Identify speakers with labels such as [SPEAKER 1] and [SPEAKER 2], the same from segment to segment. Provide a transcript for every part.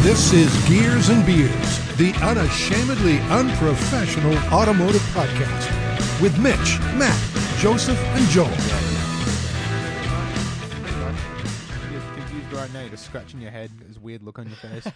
[SPEAKER 1] This is Gears and Beers, the unashamedly unprofessional automotive podcast with Mitch, Matt, Joseph, and Joel.
[SPEAKER 2] You've, you've used right now. You're just scratching your head. There's a weird look on your face.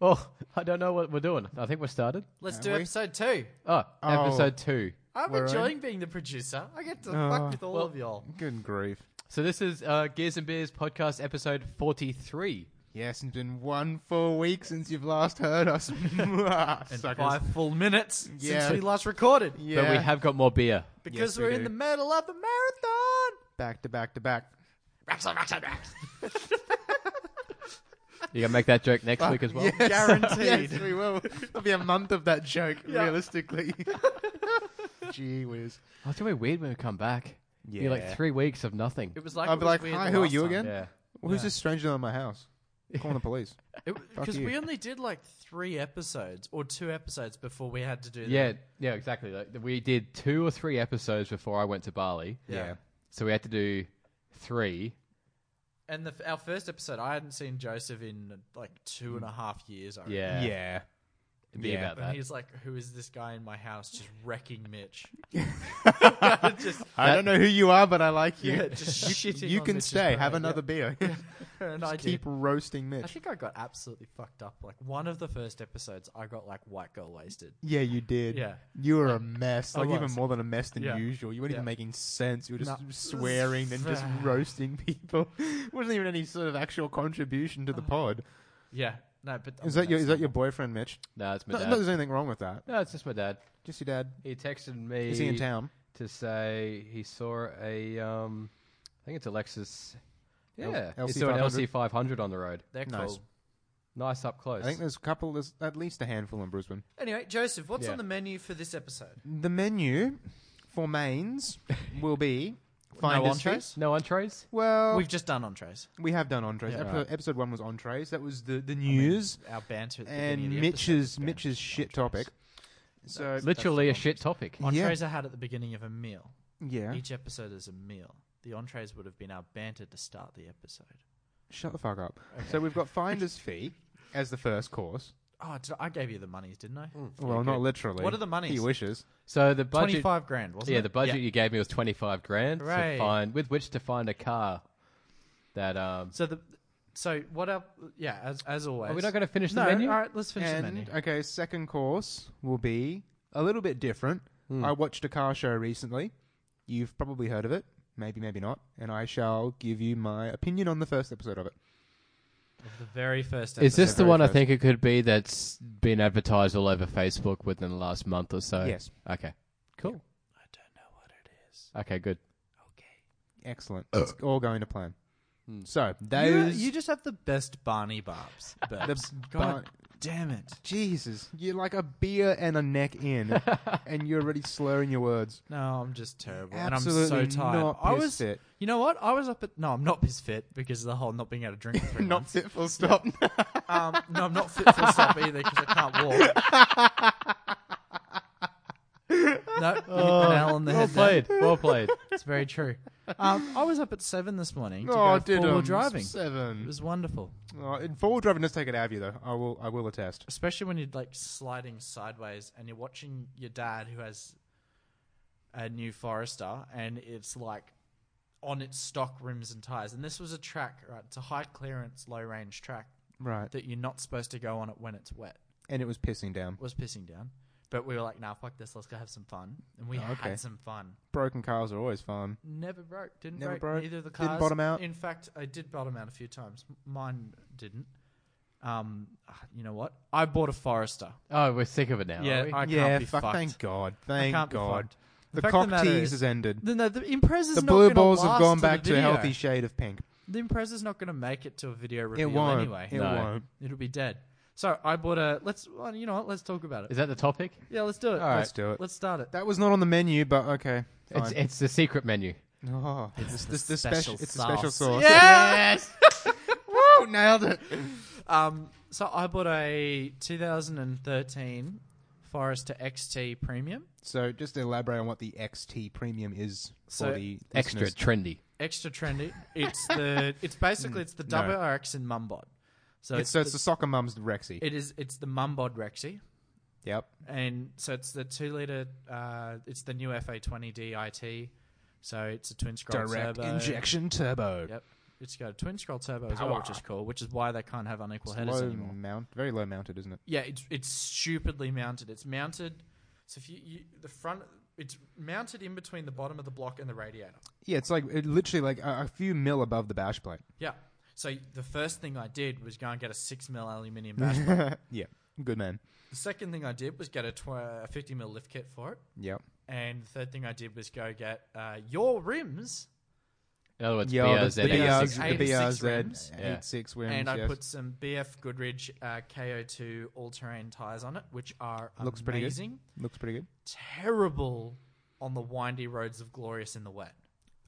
[SPEAKER 3] Well, Oh, I don't know what we're doing. I think we're started.
[SPEAKER 4] Let's
[SPEAKER 2] Are
[SPEAKER 4] do
[SPEAKER 2] we?
[SPEAKER 4] episode two.
[SPEAKER 3] Oh,
[SPEAKER 2] Oh.
[SPEAKER 3] episode two.
[SPEAKER 4] I'm
[SPEAKER 2] We're on.
[SPEAKER 4] enjoying being the producer. I get to
[SPEAKER 2] Oh.
[SPEAKER 4] fuck with all
[SPEAKER 3] Well-
[SPEAKER 4] of y'all.
[SPEAKER 2] Good grief.
[SPEAKER 3] So this is uh, Gears and Beers podcast episode forty-three.
[SPEAKER 2] Yes, it's been one full week since you've last heard us. Ah,
[SPEAKER 4] And
[SPEAKER 2] Suckers.
[SPEAKER 4] five full minutes
[SPEAKER 2] Yeah.
[SPEAKER 4] since we last recorded.
[SPEAKER 2] Yeah.
[SPEAKER 3] But we have got more beer.
[SPEAKER 4] Because
[SPEAKER 2] Yes, we
[SPEAKER 4] we're
[SPEAKER 2] do.
[SPEAKER 4] in the middle of the marathon.
[SPEAKER 2] back to back to back.
[SPEAKER 3] You gonna make that joke next week as well.
[SPEAKER 2] Yes.
[SPEAKER 4] Guaranteed.
[SPEAKER 2] yes, we will. It'll be a month of that joke,
[SPEAKER 4] Yeah.
[SPEAKER 2] realistically. Gee whiz.
[SPEAKER 3] Oh, it's gonna be weird when we come back. Yeah, You're like
[SPEAKER 2] Yeah.
[SPEAKER 3] three weeks of nothing.
[SPEAKER 4] It was like
[SPEAKER 2] I'll be like, hi, who are you again?
[SPEAKER 3] Yeah.
[SPEAKER 2] Who's this stranger in my house? Calling the police. Fuck
[SPEAKER 4] Because
[SPEAKER 2] you.
[SPEAKER 4] we only did like three episodes or two episodes before we had to do that.
[SPEAKER 3] Yeah, yeah, exactly. Like, we did two or three episodes before I went to Bali,
[SPEAKER 2] Yeah.
[SPEAKER 3] so we had to do three.
[SPEAKER 4] And the, f- our first episode, I hadn't seen Joseph in like two and a half years. I reckon.
[SPEAKER 3] Yeah,
[SPEAKER 2] Yeah.
[SPEAKER 3] It'd be
[SPEAKER 2] Yeah.
[SPEAKER 3] about
[SPEAKER 4] And
[SPEAKER 3] that.
[SPEAKER 4] he's like, who is this guy in my house just wrecking Mitch? just,
[SPEAKER 2] I don't know who you are, but I like you.
[SPEAKER 4] yeah, just shitting
[SPEAKER 2] you
[SPEAKER 4] on
[SPEAKER 2] can
[SPEAKER 4] Mitch's
[SPEAKER 2] stay. Have
[SPEAKER 4] brain.
[SPEAKER 2] another beer.
[SPEAKER 4] Yeah. And I did.
[SPEAKER 2] Keep roasting
[SPEAKER 4] I
[SPEAKER 2] Mitch.
[SPEAKER 4] think I got absolutely fucked up. Like one of the first episodes, I got like white girl wasted.
[SPEAKER 2] Yeah, you did.
[SPEAKER 4] Yeah.
[SPEAKER 2] You were a mess.
[SPEAKER 4] I
[SPEAKER 2] Like, even
[SPEAKER 4] was.
[SPEAKER 2] more than a mess than
[SPEAKER 4] Yeah.
[SPEAKER 2] usual. You weren't even
[SPEAKER 4] Yeah.
[SPEAKER 2] making sense. You were just
[SPEAKER 4] No.
[SPEAKER 2] swearing and just roasting people. wasn't even any sort of actual contribution to the pod.
[SPEAKER 4] Yeah, no, but
[SPEAKER 2] Uh, Is that your is that your boyfriend, Mitch?
[SPEAKER 3] No, it's my
[SPEAKER 2] Not,
[SPEAKER 3] dad.
[SPEAKER 2] not
[SPEAKER 3] No,
[SPEAKER 2] there's anything wrong with that.
[SPEAKER 3] it's just my dad.
[SPEAKER 2] Just your dad.
[SPEAKER 3] He texted me.
[SPEAKER 2] Is he in town?
[SPEAKER 3] to say he saw a um I think it's a Lexus.
[SPEAKER 2] L-
[SPEAKER 3] Yeah, he
[SPEAKER 2] LC
[SPEAKER 3] saw an
[SPEAKER 2] 500.
[SPEAKER 3] LC 500 on the road.
[SPEAKER 4] They're
[SPEAKER 2] Nice.
[SPEAKER 4] cool.
[SPEAKER 3] Nice up close.
[SPEAKER 2] I think there's a couple. There's at least a handful in Brisbane.
[SPEAKER 4] Anyway, Joseph, what's
[SPEAKER 3] Yeah.
[SPEAKER 4] on the menu for this episode?
[SPEAKER 2] The menu for mains will be
[SPEAKER 4] no
[SPEAKER 2] finders
[SPEAKER 4] entrees.
[SPEAKER 3] no entrees.
[SPEAKER 2] Well,
[SPEAKER 4] We've just done entrees.
[SPEAKER 2] we have done entrees.
[SPEAKER 3] Yeah.
[SPEAKER 2] Episode, episode one was entrees. That was the the news.
[SPEAKER 4] Our banter at the beginning
[SPEAKER 2] and
[SPEAKER 4] of the
[SPEAKER 2] Mitch's
[SPEAKER 4] episode was
[SPEAKER 2] Mitch's
[SPEAKER 4] banter
[SPEAKER 2] shit
[SPEAKER 4] on
[SPEAKER 2] topic. So
[SPEAKER 3] Literally a shit topic.
[SPEAKER 4] entrees.
[SPEAKER 2] Yeah.
[SPEAKER 4] Entrees are had at the beginning of a meal.
[SPEAKER 2] yeah.
[SPEAKER 4] Each episode is a meal. The entrees would have been our banter to start the episode.
[SPEAKER 2] Shut the fuck up. So we've got finder's fee as the first course.
[SPEAKER 4] Oh, did I, I gave you the monies, didn't I?
[SPEAKER 3] Mm.
[SPEAKER 2] Well, not literally.
[SPEAKER 4] What are the monies?
[SPEAKER 2] He wishes.
[SPEAKER 3] So the budget.
[SPEAKER 4] Twenty-five grand, wasn't it?
[SPEAKER 3] Yeah, the budget you gave me was 25 grand
[SPEAKER 4] Hooray.
[SPEAKER 3] to find with which to find a car that um.
[SPEAKER 4] So the so what up? Yeah, as as always.
[SPEAKER 3] Are we not going to finish the
[SPEAKER 4] no,
[SPEAKER 3] menu?
[SPEAKER 4] All right, let's finish the menu.
[SPEAKER 2] And okay, second course will be a little bit different.
[SPEAKER 4] Hmm.
[SPEAKER 2] I watched a car show recently. You've probably heard of it, maybe, maybe not. And I shall give you my opinion on the first episode of it.
[SPEAKER 4] The very first. Episode.
[SPEAKER 3] Is this the
[SPEAKER 2] very
[SPEAKER 3] one I
[SPEAKER 2] first.
[SPEAKER 3] think it could be that's been advertised all over Facebook within the last month or so?
[SPEAKER 2] Yes.
[SPEAKER 3] Okay. Cool.
[SPEAKER 4] I don't know what it is.
[SPEAKER 3] Okay. Good.
[SPEAKER 4] Okay.
[SPEAKER 2] Excellent. It's all going to plan. So
[SPEAKER 4] Hmm. You,
[SPEAKER 2] those
[SPEAKER 4] you just have the best Barney Barbs.
[SPEAKER 2] the
[SPEAKER 4] burps.
[SPEAKER 2] bar-
[SPEAKER 4] God damn it!
[SPEAKER 2] Jesus, you're like a beer and a neck in, and you're already slurring your words.
[SPEAKER 4] No, I'm just terrible, and
[SPEAKER 2] Absolutely
[SPEAKER 4] I'm so tired.
[SPEAKER 2] not
[SPEAKER 4] I
[SPEAKER 2] piss
[SPEAKER 4] was.
[SPEAKER 2] fit.
[SPEAKER 4] You know what? I was up at. No, I'm not piss fit because of the whole not being able to drink. For three months.
[SPEAKER 2] fit. Full stop. Oh,
[SPEAKER 4] Um, no, I'm not fit for stop either because I can't walk. no, you
[SPEAKER 2] Oh.
[SPEAKER 4] hit an L on the
[SPEAKER 3] Well
[SPEAKER 4] head. there.
[SPEAKER 3] played. Well played.
[SPEAKER 4] It's very true. Um, I was up at seven this morning to
[SPEAKER 2] oh,
[SPEAKER 4] go
[SPEAKER 2] did
[SPEAKER 4] four-wheel
[SPEAKER 2] um,
[SPEAKER 4] driving. It
[SPEAKER 2] seven.
[SPEAKER 4] was wonderful,
[SPEAKER 2] Oh, and four-wheel driving does take it out of you, though. I will. I will attest.
[SPEAKER 4] especially when you're like sliding sideways and you're watching your dad who has a new Forester and it's like on its stock rims and tires. And this was a track, right? It's a high clearance, low range track
[SPEAKER 2] Right.
[SPEAKER 4] that you're not supposed to go on it when it's wet.
[SPEAKER 2] And it was pissing down.
[SPEAKER 4] It was pissing down, but we were like, "Nah, fuck this. Let's go have some fun." And we
[SPEAKER 2] Oh, okay.
[SPEAKER 4] had some fun.
[SPEAKER 2] Broken cars are always fun.
[SPEAKER 4] Never broke. Didn't
[SPEAKER 2] Never
[SPEAKER 4] break,
[SPEAKER 2] broke,
[SPEAKER 4] Either of the cars.
[SPEAKER 2] didn't bottom out.
[SPEAKER 4] In fact, I did bottom out a few times. M- Mine didn't. Um, ah, you know what? I bought a Forester.
[SPEAKER 3] Oh, we're sick of it now.
[SPEAKER 4] yeah,
[SPEAKER 3] are we?
[SPEAKER 4] I can't
[SPEAKER 2] yeah.
[SPEAKER 4] be
[SPEAKER 2] fuck.
[SPEAKER 4] fucked.
[SPEAKER 2] Thank God.
[SPEAKER 4] I
[SPEAKER 2] Thank
[SPEAKER 4] can't be
[SPEAKER 2] God.
[SPEAKER 4] fucked.
[SPEAKER 2] The,
[SPEAKER 4] fact of
[SPEAKER 2] cock
[SPEAKER 4] the matter
[SPEAKER 2] tease
[SPEAKER 4] is-
[SPEAKER 2] has ended.
[SPEAKER 4] No, no, the Impreza's
[SPEAKER 2] The
[SPEAKER 4] not
[SPEAKER 2] blue
[SPEAKER 4] gonna
[SPEAKER 2] balls have
[SPEAKER 4] last
[SPEAKER 2] gone
[SPEAKER 4] to
[SPEAKER 2] back
[SPEAKER 4] the
[SPEAKER 2] to a
[SPEAKER 4] video.
[SPEAKER 2] healthy shade of pink.
[SPEAKER 4] The Impreza's not going to make it to a video
[SPEAKER 2] It
[SPEAKER 4] reveal
[SPEAKER 2] won't.
[SPEAKER 4] anyway.
[SPEAKER 2] It
[SPEAKER 3] No.
[SPEAKER 2] won't.
[SPEAKER 4] It'll be dead. So I bought a. Let's. Well, you know what? Let's talk about it.
[SPEAKER 3] Is that the topic?
[SPEAKER 4] yeah, let's do it.
[SPEAKER 3] All right.
[SPEAKER 2] Let's do it.
[SPEAKER 4] Let's start it.
[SPEAKER 2] That was not on the menu, but okay.
[SPEAKER 3] It's
[SPEAKER 2] fine.
[SPEAKER 3] it's the secret menu.
[SPEAKER 2] Oh, it's
[SPEAKER 4] the
[SPEAKER 2] the, the special.
[SPEAKER 4] special
[SPEAKER 2] It's the special sauce.
[SPEAKER 4] Yes.
[SPEAKER 2] Woo! Nailed it.
[SPEAKER 4] Um, so I bought a 2013 Forester XT Premium,
[SPEAKER 2] So, just to elaborate on what the XT Premium is
[SPEAKER 4] So,
[SPEAKER 2] for the
[SPEAKER 3] Extra
[SPEAKER 2] listeners.
[SPEAKER 3] trendy.
[SPEAKER 4] extra trendy. It's the it's basically it's the
[SPEAKER 2] No.
[SPEAKER 4] WRX in Mumbot. So
[SPEAKER 2] it's, so it's the soccer mum's Rexy.
[SPEAKER 4] it is it's the Mumbod Rexy,
[SPEAKER 2] yep.
[SPEAKER 4] and so it's the two liter. Uh, it's the new FA20 DIT, so it's a twin scroll
[SPEAKER 2] Direct
[SPEAKER 4] turbo.
[SPEAKER 2] injection turbo.
[SPEAKER 4] Yep, it's got a twin scroll turbo as well, which is cool. Which is why they can't have unequal
[SPEAKER 2] It's
[SPEAKER 4] headers
[SPEAKER 2] low
[SPEAKER 4] anymore.
[SPEAKER 2] mount, very low mounted, isn't it?
[SPEAKER 4] Yeah, it's it's stupidly mounted. It's mounted. So if you, you the front, it's mounted in between the bottom of the block and the radiator.
[SPEAKER 2] Yeah, it's like it literally like a, a few mil above the bash plate.
[SPEAKER 4] Yeah. So the first thing I did was go and get a six mil aluminium bash plate.
[SPEAKER 2] yeah, good man.
[SPEAKER 4] the second thing I did was get a, tw- a fifty mil lift kit for it,
[SPEAKER 2] Yep.
[SPEAKER 4] and the third thing I did was go get uh, your rims,
[SPEAKER 3] In other words,
[SPEAKER 2] Yeah,
[SPEAKER 3] BRZ.
[SPEAKER 2] the, the,
[SPEAKER 4] BRZ,
[SPEAKER 2] BRZ, the
[SPEAKER 4] 86
[SPEAKER 2] BRZ
[SPEAKER 4] rims.
[SPEAKER 3] Yeah.
[SPEAKER 2] eight six rims.
[SPEAKER 4] and I
[SPEAKER 2] yes.
[SPEAKER 4] put some BF Goodrich uh, KO2 all terrain tires on it, which are
[SPEAKER 2] Looks pretty good.
[SPEAKER 4] amazing.
[SPEAKER 2] looks pretty good.
[SPEAKER 4] Terrible on the windy roads of glorious in the wet.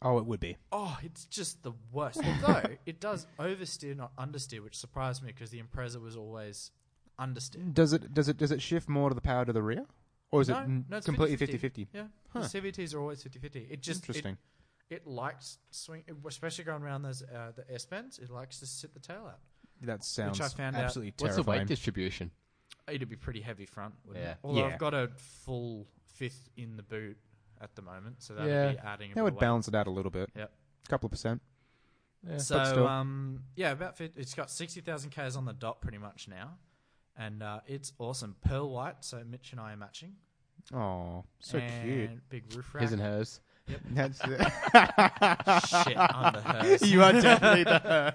[SPEAKER 2] Oh, it would be.
[SPEAKER 4] Oh, it's just the worst. Although it does oversteer, not understeer, which surprised me because the Impreza was always understeer.
[SPEAKER 2] Does it does it does it shift more to the power to the rear, or is
[SPEAKER 4] no,
[SPEAKER 2] it n-
[SPEAKER 4] no, it's
[SPEAKER 2] completely
[SPEAKER 4] 50-50.
[SPEAKER 2] 50-50?
[SPEAKER 4] Yeah,
[SPEAKER 2] Huh.
[SPEAKER 4] the CVTs are always 50-50. It just
[SPEAKER 2] Interesting.
[SPEAKER 4] It, it likes swing, especially going around those uh, the S bends. It likes to sit the tail out.
[SPEAKER 2] that sounds
[SPEAKER 4] found out-
[SPEAKER 2] absolutely
[SPEAKER 3] What's the
[SPEAKER 2] terrifying.
[SPEAKER 3] weight distribution?
[SPEAKER 4] It'd be pretty heavy front. Wouldn't
[SPEAKER 3] Yeah.
[SPEAKER 4] It? Although
[SPEAKER 2] Yeah.
[SPEAKER 4] I've got a full fifth in the boot at the moment, so that'd
[SPEAKER 3] Yeah.
[SPEAKER 4] be adding. A bit
[SPEAKER 2] that would
[SPEAKER 4] of weight.
[SPEAKER 2] balance it out a little bit.
[SPEAKER 4] Yep.
[SPEAKER 2] A couple of percent.
[SPEAKER 3] Yeah,
[SPEAKER 4] so
[SPEAKER 2] but still.
[SPEAKER 4] um, yeah, about 50, it's got sixty thousand k's on the dot pretty much now, and uh, it's awesome. Pearl white, so Mitch and I are matching.
[SPEAKER 2] Oh, so cute.
[SPEAKER 4] And Big roof rack.
[SPEAKER 3] His and hers.
[SPEAKER 2] That's it.
[SPEAKER 4] Shit, I'm the hearse.
[SPEAKER 2] you are definitely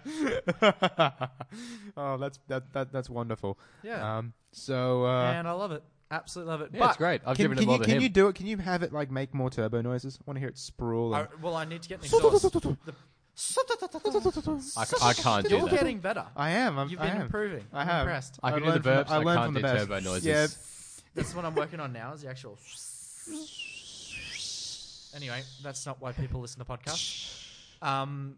[SPEAKER 2] the. oh, that's that, that that's wonderful.
[SPEAKER 4] Yeah,
[SPEAKER 2] Um. So. Uh,
[SPEAKER 4] and I love it. Absolutely love it.
[SPEAKER 3] Yeah,
[SPEAKER 4] but
[SPEAKER 3] it's great. I've
[SPEAKER 2] can
[SPEAKER 3] given it
[SPEAKER 2] can,
[SPEAKER 3] more
[SPEAKER 2] you,
[SPEAKER 3] than
[SPEAKER 2] can
[SPEAKER 3] him.
[SPEAKER 2] you do it? Can you have it like make more turbo noises? I want to hear it sprawl.
[SPEAKER 4] I,
[SPEAKER 2] and-
[SPEAKER 4] well, I need to get an exhaust. The-
[SPEAKER 3] I, c- I can't do
[SPEAKER 4] You're
[SPEAKER 3] that.
[SPEAKER 4] getting better.
[SPEAKER 2] I am. I'm,
[SPEAKER 4] You've
[SPEAKER 2] I
[SPEAKER 4] been
[SPEAKER 2] am.
[SPEAKER 4] improving.
[SPEAKER 2] I
[SPEAKER 4] I'm
[SPEAKER 2] have.
[SPEAKER 4] Impressed.
[SPEAKER 3] I can do
[SPEAKER 2] learned
[SPEAKER 3] the
[SPEAKER 2] from-
[SPEAKER 3] burps. I,
[SPEAKER 2] learned
[SPEAKER 3] can't
[SPEAKER 2] from
[SPEAKER 3] do
[SPEAKER 2] the best.
[SPEAKER 3] turbo noises.
[SPEAKER 2] Yeah.
[SPEAKER 4] That's what I'm working on now. Is the actual. Anyway, that's not why people listen to podcasts. Um,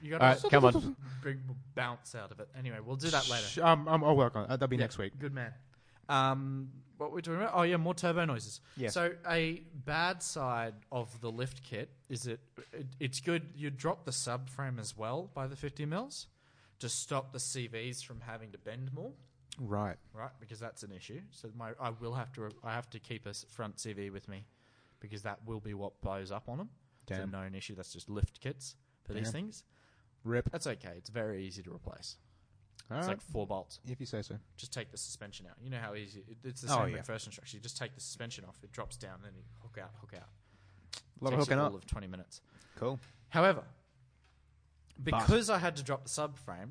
[SPEAKER 4] you got
[SPEAKER 3] All right, come on.
[SPEAKER 4] big bounce out of it. Anyway, we'll do that later.
[SPEAKER 2] Um, um, I'll work on it. That'll be
[SPEAKER 4] Yeah,
[SPEAKER 2] next week.
[SPEAKER 4] Good man. Um, what we're talking about? Oh yeah, more turbo noises.
[SPEAKER 2] Yes.
[SPEAKER 4] So a bad side of the lift kit is it, it it's good. You drop the subframe as well by the fifty mils to stop the CVs from having to bend more,
[SPEAKER 2] Right.
[SPEAKER 4] right? Because that's an issue. So my I will have to I have to keep a s- front CV with me because that will be what blows up on them. It's a
[SPEAKER 2] Damn.
[SPEAKER 4] known issue. That's just lift kits for these
[SPEAKER 2] Damn.
[SPEAKER 4] things.
[SPEAKER 2] Rip.
[SPEAKER 4] That's okay. It's very easy to replace.
[SPEAKER 2] All
[SPEAKER 4] it's
[SPEAKER 2] right.
[SPEAKER 4] like four bolts
[SPEAKER 2] if you say so.
[SPEAKER 4] just take the suspension out. You know how easy it, it's the
[SPEAKER 2] Oh,
[SPEAKER 4] same
[SPEAKER 2] yeah.
[SPEAKER 4] reverse instruction. You just take the suspension off, it drops down, then you hook out, hook out.
[SPEAKER 2] A lot of
[SPEAKER 4] Takes
[SPEAKER 2] hooking
[SPEAKER 4] you
[SPEAKER 2] up.
[SPEAKER 4] All of twenty minutes.
[SPEAKER 2] Cool.
[SPEAKER 4] However, because I had to drop the subframe,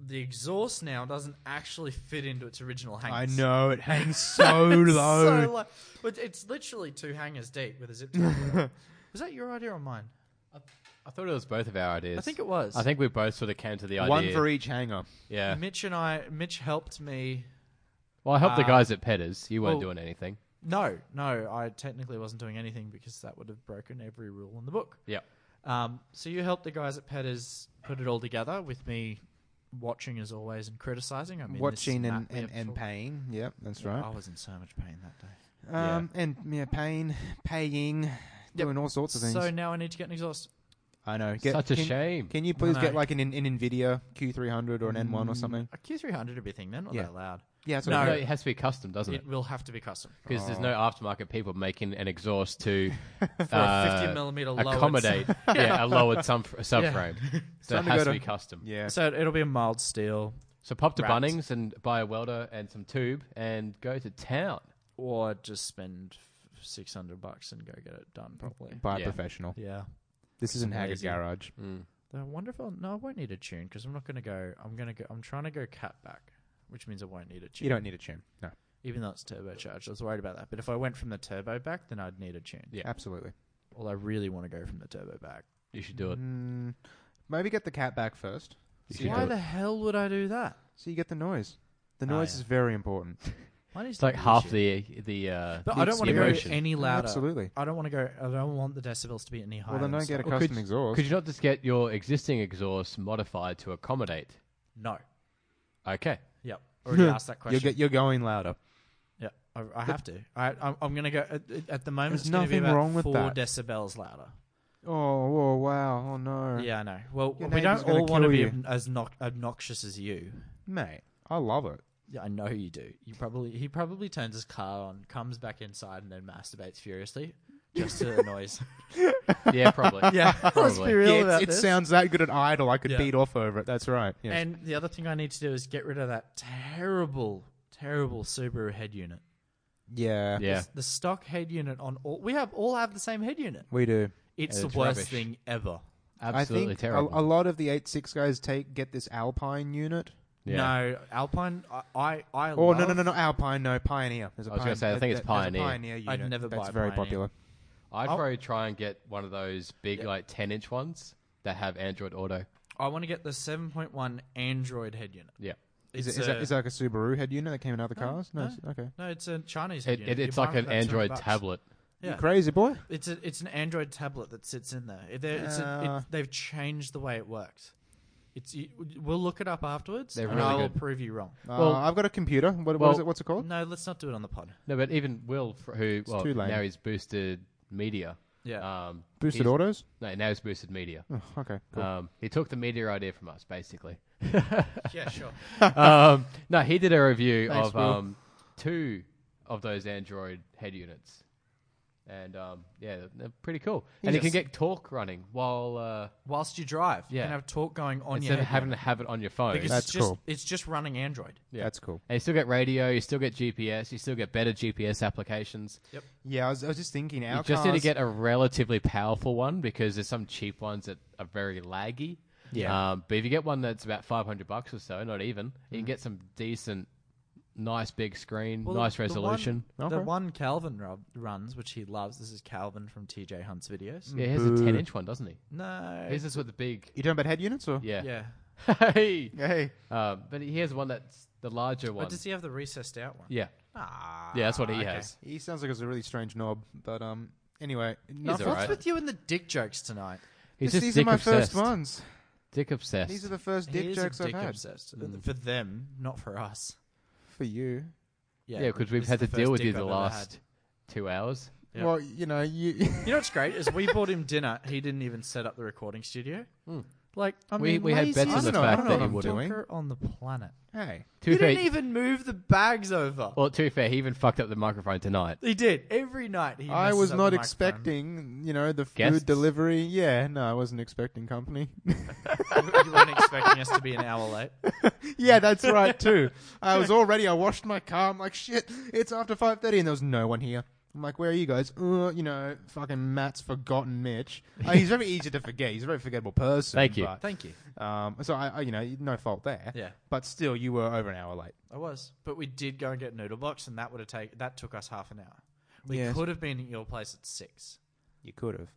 [SPEAKER 4] the exhaust now doesn't actually fit into its original
[SPEAKER 2] I
[SPEAKER 4] hangers.
[SPEAKER 2] know it hangs so
[SPEAKER 4] It's
[SPEAKER 2] low.
[SPEAKER 4] so low. But it's literally two hangers deep with a zip. tie. Was that your idea or mine?
[SPEAKER 3] I thought it was both of our ideas.
[SPEAKER 4] I think it was.
[SPEAKER 3] I think we both sort of came to the idea.
[SPEAKER 2] One for each hanger.
[SPEAKER 3] Yeah.
[SPEAKER 4] Mitch and I. Mitch helped me.
[SPEAKER 3] Well, I helped the
[SPEAKER 4] Uh,
[SPEAKER 3] guys at Petters. You weren't
[SPEAKER 4] well-
[SPEAKER 3] doing anything.
[SPEAKER 4] No, no, I technically wasn't doing anything because that would have broken every rule in the book.
[SPEAKER 3] Yep.
[SPEAKER 4] Um, so you helped the guys at Petters put it all together with me watching as always and criticizing. I mean, this
[SPEAKER 2] Watching and,
[SPEAKER 4] smacked me
[SPEAKER 2] and,
[SPEAKER 4] up
[SPEAKER 2] and
[SPEAKER 4] for-
[SPEAKER 2] paying. Yep, that's
[SPEAKER 4] I
[SPEAKER 2] right.
[SPEAKER 4] was in so much pain that day.
[SPEAKER 3] yeah.
[SPEAKER 2] Um, And yeah, pain, paying, doing all sorts of things.
[SPEAKER 4] So now I need to get an exhaust.
[SPEAKER 2] I know. Get,
[SPEAKER 3] Such a
[SPEAKER 2] can,
[SPEAKER 3] shame.
[SPEAKER 2] Can you please
[SPEAKER 4] No.
[SPEAKER 2] get like an, an NVIDIA Q300 or an N1 or
[SPEAKER 3] Mm.
[SPEAKER 2] something?
[SPEAKER 4] A Q300 would be a thing. They're not
[SPEAKER 2] Yeah.
[SPEAKER 4] that loud.
[SPEAKER 2] Yeah, that's what
[SPEAKER 3] No,
[SPEAKER 2] I
[SPEAKER 4] No.
[SPEAKER 2] mean.
[SPEAKER 3] it has to be custom, doesn't it?
[SPEAKER 4] It will have to be custom.
[SPEAKER 3] Because there's no aftermarket people making an exhaust to uh,
[SPEAKER 4] For a
[SPEAKER 2] uh,
[SPEAKER 4] 50 millimeter lowered-
[SPEAKER 3] accommodate yeah, a lowered sum- subframe. So it
[SPEAKER 2] Time to
[SPEAKER 3] has
[SPEAKER 2] go
[SPEAKER 3] to
[SPEAKER 2] to-
[SPEAKER 3] be custom.
[SPEAKER 2] Yeah.
[SPEAKER 4] So it'll be a mild steel
[SPEAKER 3] So pop to
[SPEAKER 4] Wrapped.
[SPEAKER 3] Bunnings and buy a welder and some tube and go to town.
[SPEAKER 4] or just spend f- 600 bucks and go get it done properly.
[SPEAKER 2] By a
[SPEAKER 3] Yeah.
[SPEAKER 2] professional.
[SPEAKER 4] Yeah.
[SPEAKER 2] This isn't Haggard
[SPEAKER 4] Lazy.
[SPEAKER 2] Garage.
[SPEAKER 4] I wonder if I'll, no, I won't need a tune because I'm not going to go. I'm going to go. I'm trying to go cat back, which means I won't need a tune.
[SPEAKER 2] You don't need a tune. No,
[SPEAKER 4] even though it's turbocharged. I was worried about that. But if I went from the turbo back, then I'd need a tune.
[SPEAKER 3] Yeah.
[SPEAKER 2] absolutely.
[SPEAKER 4] Well, I really want to go from the turbo back.
[SPEAKER 3] You should do it.
[SPEAKER 2] Mm, maybe get the cat back first.
[SPEAKER 3] You
[SPEAKER 2] So
[SPEAKER 3] should
[SPEAKER 2] you,
[SPEAKER 4] Why
[SPEAKER 3] do
[SPEAKER 2] get,
[SPEAKER 3] it.
[SPEAKER 4] the hell would I do that?
[SPEAKER 2] so you get the noise. The
[SPEAKER 4] Ah,
[SPEAKER 2] noise
[SPEAKER 4] yeah.
[SPEAKER 2] is very important.
[SPEAKER 4] Why
[SPEAKER 3] It's like half the the. Uh,
[SPEAKER 4] But I don't want to go
[SPEAKER 3] emotion.
[SPEAKER 4] any louder.
[SPEAKER 2] Absolutely.
[SPEAKER 4] I don't want to go. I don't want the decibels to be any higher.
[SPEAKER 2] Well, then
[SPEAKER 4] than
[SPEAKER 2] don't get a
[SPEAKER 4] so-
[SPEAKER 3] Well,
[SPEAKER 2] custom
[SPEAKER 3] could-
[SPEAKER 2] exhaust.
[SPEAKER 3] Could you not just get your existing exhaust modified to accommodate?
[SPEAKER 4] no.
[SPEAKER 3] Okay.
[SPEAKER 4] Yep. Already asked that
[SPEAKER 2] you're,
[SPEAKER 4] question.
[SPEAKER 2] go- you're going louder.
[SPEAKER 4] yeah, I, I have to. I, I'm, I'm going to go at, at the moment.
[SPEAKER 2] There's
[SPEAKER 4] it's gonna be
[SPEAKER 2] nothing
[SPEAKER 4] about
[SPEAKER 2] wrong with
[SPEAKER 4] four
[SPEAKER 2] that.
[SPEAKER 4] decibels louder.
[SPEAKER 2] Oh, whoa, wow. Oh, no.
[SPEAKER 4] Yeah, I know. Well,
[SPEAKER 2] Your
[SPEAKER 4] we
[SPEAKER 2] neighbour's
[SPEAKER 4] don't
[SPEAKER 2] gonna
[SPEAKER 4] all want to
[SPEAKER 2] kill
[SPEAKER 4] be
[SPEAKER 2] you.
[SPEAKER 4] ob- as noc- obnoxious as you.
[SPEAKER 2] Mate, I love it.
[SPEAKER 4] Yeah, I know you do. You probably he probably turns his car on, comes back inside, and then masturbates furiously just to annoy. us.
[SPEAKER 3] Yeah, probably.
[SPEAKER 4] Yeah,
[SPEAKER 3] Probably. be
[SPEAKER 2] Yeah, it's- it sounds that good at idle. I could
[SPEAKER 4] Yeah.
[SPEAKER 2] beat off over it. That's right. Yes.
[SPEAKER 4] And the other thing I need to do is get rid of that terrible, terrible Subaru head unit.
[SPEAKER 2] yeah.
[SPEAKER 3] yeah.
[SPEAKER 4] The stock head unit on all we have all have the same head unit.
[SPEAKER 2] We do.
[SPEAKER 4] It's
[SPEAKER 3] Yeah,
[SPEAKER 4] the
[SPEAKER 3] it's
[SPEAKER 4] worst
[SPEAKER 3] rubbish.
[SPEAKER 4] thing ever.
[SPEAKER 3] Absolutely
[SPEAKER 2] I think
[SPEAKER 3] terrible.
[SPEAKER 2] A, a lot of the 8.6 guys take get this Alpine unit.
[SPEAKER 3] yeah. Oh,
[SPEAKER 4] No, Alpine. I I, I
[SPEAKER 2] Or
[SPEAKER 4] love,
[SPEAKER 2] Oh, no, no, no, not Alpine. No, Pioneer. There's a
[SPEAKER 3] I was
[SPEAKER 2] Pioneer-
[SPEAKER 3] gonna say, I think it's
[SPEAKER 2] there- there's a
[SPEAKER 3] Pioneer.
[SPEAKER 2] Pioneer unit.
[SPEAKER 4] I'd never
[SPEAKER 2] That's
[SPEAKER 4] buy a
[SPEAKER 2] very
[SPEAKER 4] Pioneer.
[SPEAKER 2] popular.
[SPEAKER 3] I'd
[SPEAKER 4] I'll-
[SPEAKER 3] probably try and get one of those big,
[SPEAKER 4] Yeah.
[SPEAKER 3] like 10 inch ones that have Android Auto.
[SPEAKER 4] I want to get the 7.1 Android head unit.
[SPEAKER 3] Yeah.
[SPEAKER 2] Is
[SPEAKER 4] It's
[SPEAKER 2] it, is,
[SPEAKER 4] a-
[SPEAKER 2] that, is that like a Subaru head unit that came in other cars? No,
[SPEAKER 4] no.
[SPEAKER 2] it's- okay.
[SPEAKER 4] No, it's a Chinese head
[SPEAKER 3] It,
[SPEAKER 4] unit.
[SPEAKER 3] it, it's
[SPEAKER 4] You buy
[SPEAKER 3] like an
[SPEAKER 4] them for about 200
[SPEAKER 3] Android
[SPEAKER 4] bucks.
[SPEAKER 3] tablet.
[SPEAKER 4] Yeah.
[SPEAKER 2] You crazy boy. Uh,
[SPEAKER 4] It's a, it's an Android tablet that sits in there. It- there- it's a- it-
[SPEAKER 2] Uh.
[SPEAKER 4] they've changed the way it works. It's you, we'll look it up afterwards,
[SPEAKER 3] They're
[SPEAKER 4] and
[SPEAKER 3] really
[SPEAKER 4] I'll
[SPEAKER 3] good.
[SPEAKER 4] prove you wrong.
[SPEAKER 2] Well,
[SPEAKER 3] Well-
[SPEAKER 2] I've got a computer. What, what
[SPEAKER 3] Well-
[SPEAKER 2] is it? What's it called?
[SPEAKER 4] No, let's not do it on the pod.
[SPEAKER 3] No, but even Will, fr- who well,
[SPEAKER 2] too lame.
[SPEAKER 3] now he's boosted media.
[SPEAKER 4] Yeah.
[SPEAKER 3] Um,
[SPEAKER 2] Boosted
[SPEAKER 3] he's-
[SPEAKER 2] autos.
[SPEAKER 3] No, now he's boosted media.
[SPEAKER 2] Oh, okay. Cool.
[SPEAKER 3] Um, he took the media idea from us, basically.
[SPEAKER 4] yeah, sure.
[SPEAKER 3] um, no, he did a review
[SPEAKER 2] Thanks,
[SPEAKER 3] of
[SPEAKER 2] Will.
[SPEAKER 3] um, two of those Android head units, and um, yeah, they're- they're pretty cool. and you can get Talk running while uh,
[SPEAKER 4] Whilst you drive, you
[SPEAKER 3] Yeah.
[SPEAKER 4] can have talk going on your
[SPEAKER 3] instead
[SPEAKER 4] head
[SPEAKER 3] of having
[SPEAKER 4] unit.
[SPEAKER 3] to have it on your phone.
[SPEAKER 4] because
[SPEAKER 2] That's
[SPEAKER 4] it's just
[SPEAKER 2] cool.
[SPEAKER 4] it's just running Android.
[SPEAKER 3] yeah.
[SPEAKER 2] That's cool.
[SPEAKER 3] and you still get radio, you still get GPS, you still get better GPS applications.
[SPEAKER 2] Yeah, I was, I was just thinking. Our
[SPEAKER 3] you just need to
[SPEAKER 2] cars-
[SPEAKER 3] get a relatively powerful one because there's some cheap ones that are very laggy.
[SPEAKER 2] Yeah. Mm.
[SPEAKER 3] Um, but if you get one that's about 500 bucks or so, not even, you can get some decent, nice big screen,
[SPEAKER 4] Well,
[SPEAKER 3] nice
[SPEAKER 4] the one-
[SPEAKER 3] resolution.
[SPEAKER 4] The one,
[SPEAKER 2] Okay.
[SPEAKER 4] Calvin rub, runs, which he loves. This is Calvin from TJ Hunt's videos.
[SPEAKER 3] yeah, he has a 10 inch one, doesn't he?
[SPEAKER 4] No,
[SPEAKER 3] His is with the big.
[SPEAKER 2] You talking about head units or?
[SPEAKER 3] Yeah.
[SPEAKER 4] yeah.
[SPEAKER 3] hey.
[SPEAKER 2] Hey.
[SPEAKER 3] Um, but he has one that's the larger one.
[SPEAKER 4] But does he have the recessed out one?
[SPEAKER 3] yeah.
[SPEAKER 4] Ah,
[SPEAKER 3] Yeah, that's what he
[SPEAKER 4] okay.
[SPEAKER 3] has.
[SPEAKER 2] He sounds like it's a really strange knob, but um. Anyway, enough
[SPEAKER 3] all
[SPEAKER 2] of-
[SPEAKER 4] What's
[SPEAKER 3] right.
[SPEAKER 4] with you and the dick jokes tonight?
[SPEAKER 3] He's
[SPEAKER 2] This-
[SPEAKER 3] just
[SPEAKER 2] these
[SPEAKER 3] dick
[SPEAKER 2] are my
[SPEAKER 3] obsessed.
[SPEAKER 2] first ones.
[SPEAKER 3] Dick obsessed.
[SPEAKER 2] These are the first
[SPEAKER 4] He
[SPEAKER 2] dick
[SPEAKER 4] is a
[SPEAKER 2] jokes
[SPEAKER 4] dick
[SPEAKER 2] I've had
[SPEAKER 4] obsessed.
[SPEAKER 3] Mm.
[SPEAKER 4] For them, not for us.
[SPEAKER 2] for you.
[SPEAKER 3] yeah, because we've
[SPEAKER 4] this
[SPEAKER 3] had to
[SPEAKER 4] is the
[SPEAKER 3] deal
[SPEAKER 4] first
[SPEAKER 3] with you
[SPEAKER 4] dick
[SPEAKER 3] the
[SPEAKER 4] I've ever
[SPEAKER 3] last two hours.
[SPEAKER 4] Yeah.
[SPEAKER 2] Well, you know, you
[SPEAKER 4] had. You know what's great is we bought him dinner. He didn't even set up the recording studio. Like I
[SPEAKER 3] Hmm. We-
[SPEAKER 4] mean,
[SPEAKER 3] we had
[SPEAKER 4] lazy
[SPEAKER 3] bets on the
[SPEAKER 4] as a
[SPEAKER 2] fact that he
[SPEAKER 4] motherfucker
[SPEAKER 2] wouldn't.
[SPEAKER 4] on the planet.
[SPEAKER 2] hey.
[SPEAKER 3] To
[SPEAKER 4] he
[SPEAKER 3] be fair,
[SPEAKER 4] didn't even move the bags over.
[SPEAKER 3] well, to be fair, he even fucked up the microphone tonight.
[SPEAKER 4] he did every night. He
[SPEAKER 2] I
[SPEAKER 4] messes
[SPEAKER 2] was
[SPEAKER 4] up
[SPEAKER 2] not
[SPEAKER 4] the microphone.
[SPEAKER 2] expecting, you know, the
[SPEAKER 3] Guests?
[SPEAKER 2] food delivery. Yeah, no, I wasn't expecting company.
[SPEAKER 4] you weren't expecting us to be an hour late.
[SPEAKER 2] yeah, that's right too. I was already. I washed my car. I'm like, shit. It's after five thirty, and there was no one here. I'm like, where are you guys? Uh, you know, fucking Matt's forgotten Mitch. Uh, he's very easy to forget. He's a very forgettable person.
[SPEAKER 3] Thank you.
[SPEAKER 2] but,
[SPEAKER 4] Thank you.
[SPEAKER 2] um, so I, I, you know, no fault there.
[SPEAKER 4] Yeah.
[SPEAKER 2] But still, you were over an hour late.
[SPEAKER 4] I was, but we did go and get noodle box, and that would have taken that took us half an hour. We
[SPEAKER 2] Yes.
[SPEAKER 4] could have been at your place at six,
[SPEAKER 2] You could have.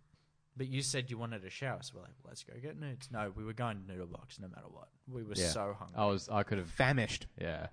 [SPEAKER 4] but you said you wanted a shower, so we're like, let's go get nudes. No, we were going to noodle box no matter what. We were
[SPEAKER 3] Yeah. Oh,
[SPEAKER 4] so hungry.
[SPEAKER 3] I was, I could have,
[SPEAKER 2] Famished.
[SPEAKER 3] yeah.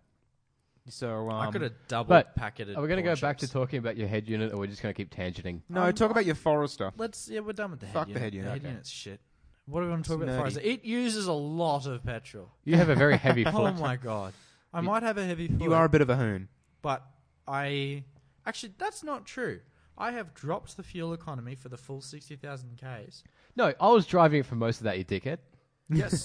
[SPEAKER 2] So um,
[SPEAKER 4] I could have double
[SPEAKER 3] but
[SPEAKER 4] packeted.
[SPEAKER 3] Are we going to
[SPEAKER 4] corn
[SPEAKER 3] go back to
[SPEAKER 4] chips.
[SPEAKER 3] talking about your head unit, or we're just going to keep tangenting?
[SPEAKER 2] No,
[SPEAKER 4] Um,
[SPEAKER 2] talk about your Forester.
[SPEAKER 4] Let's. Yeah, we're done with the head
[SPEAKER 2] Fuck the
[SPEAKER 4] unit.
[SPEAKER 2] head unit, okay.
[SPEAKER 4] unit's shit. What do we want to talk
[SPEAKER 2] It's
[SPEAKER 4] about?
[SPEAKER 2] nerdy.
[SPEAKER 4] Forrester? It uses a lot of petrol.
[SPEAKER 3] You have a very heavy
[SPEAKER 4] Oh
[SPEAKER 3] foot.
[SPEAKER 4] my god! I might have a heavy.
[SPEAKER 2] You
[SPEAKER 4] foot.
[SPEAKER 2] are a bit of a hoon.
[SPEAKER 4] but I actually that's not true. I have dropped the fuel economy for the full sixty thousand k's.
[SPEAKER 3] No, I was driving it for most of that, you dickhead.
[SPEAKER 4] Yes,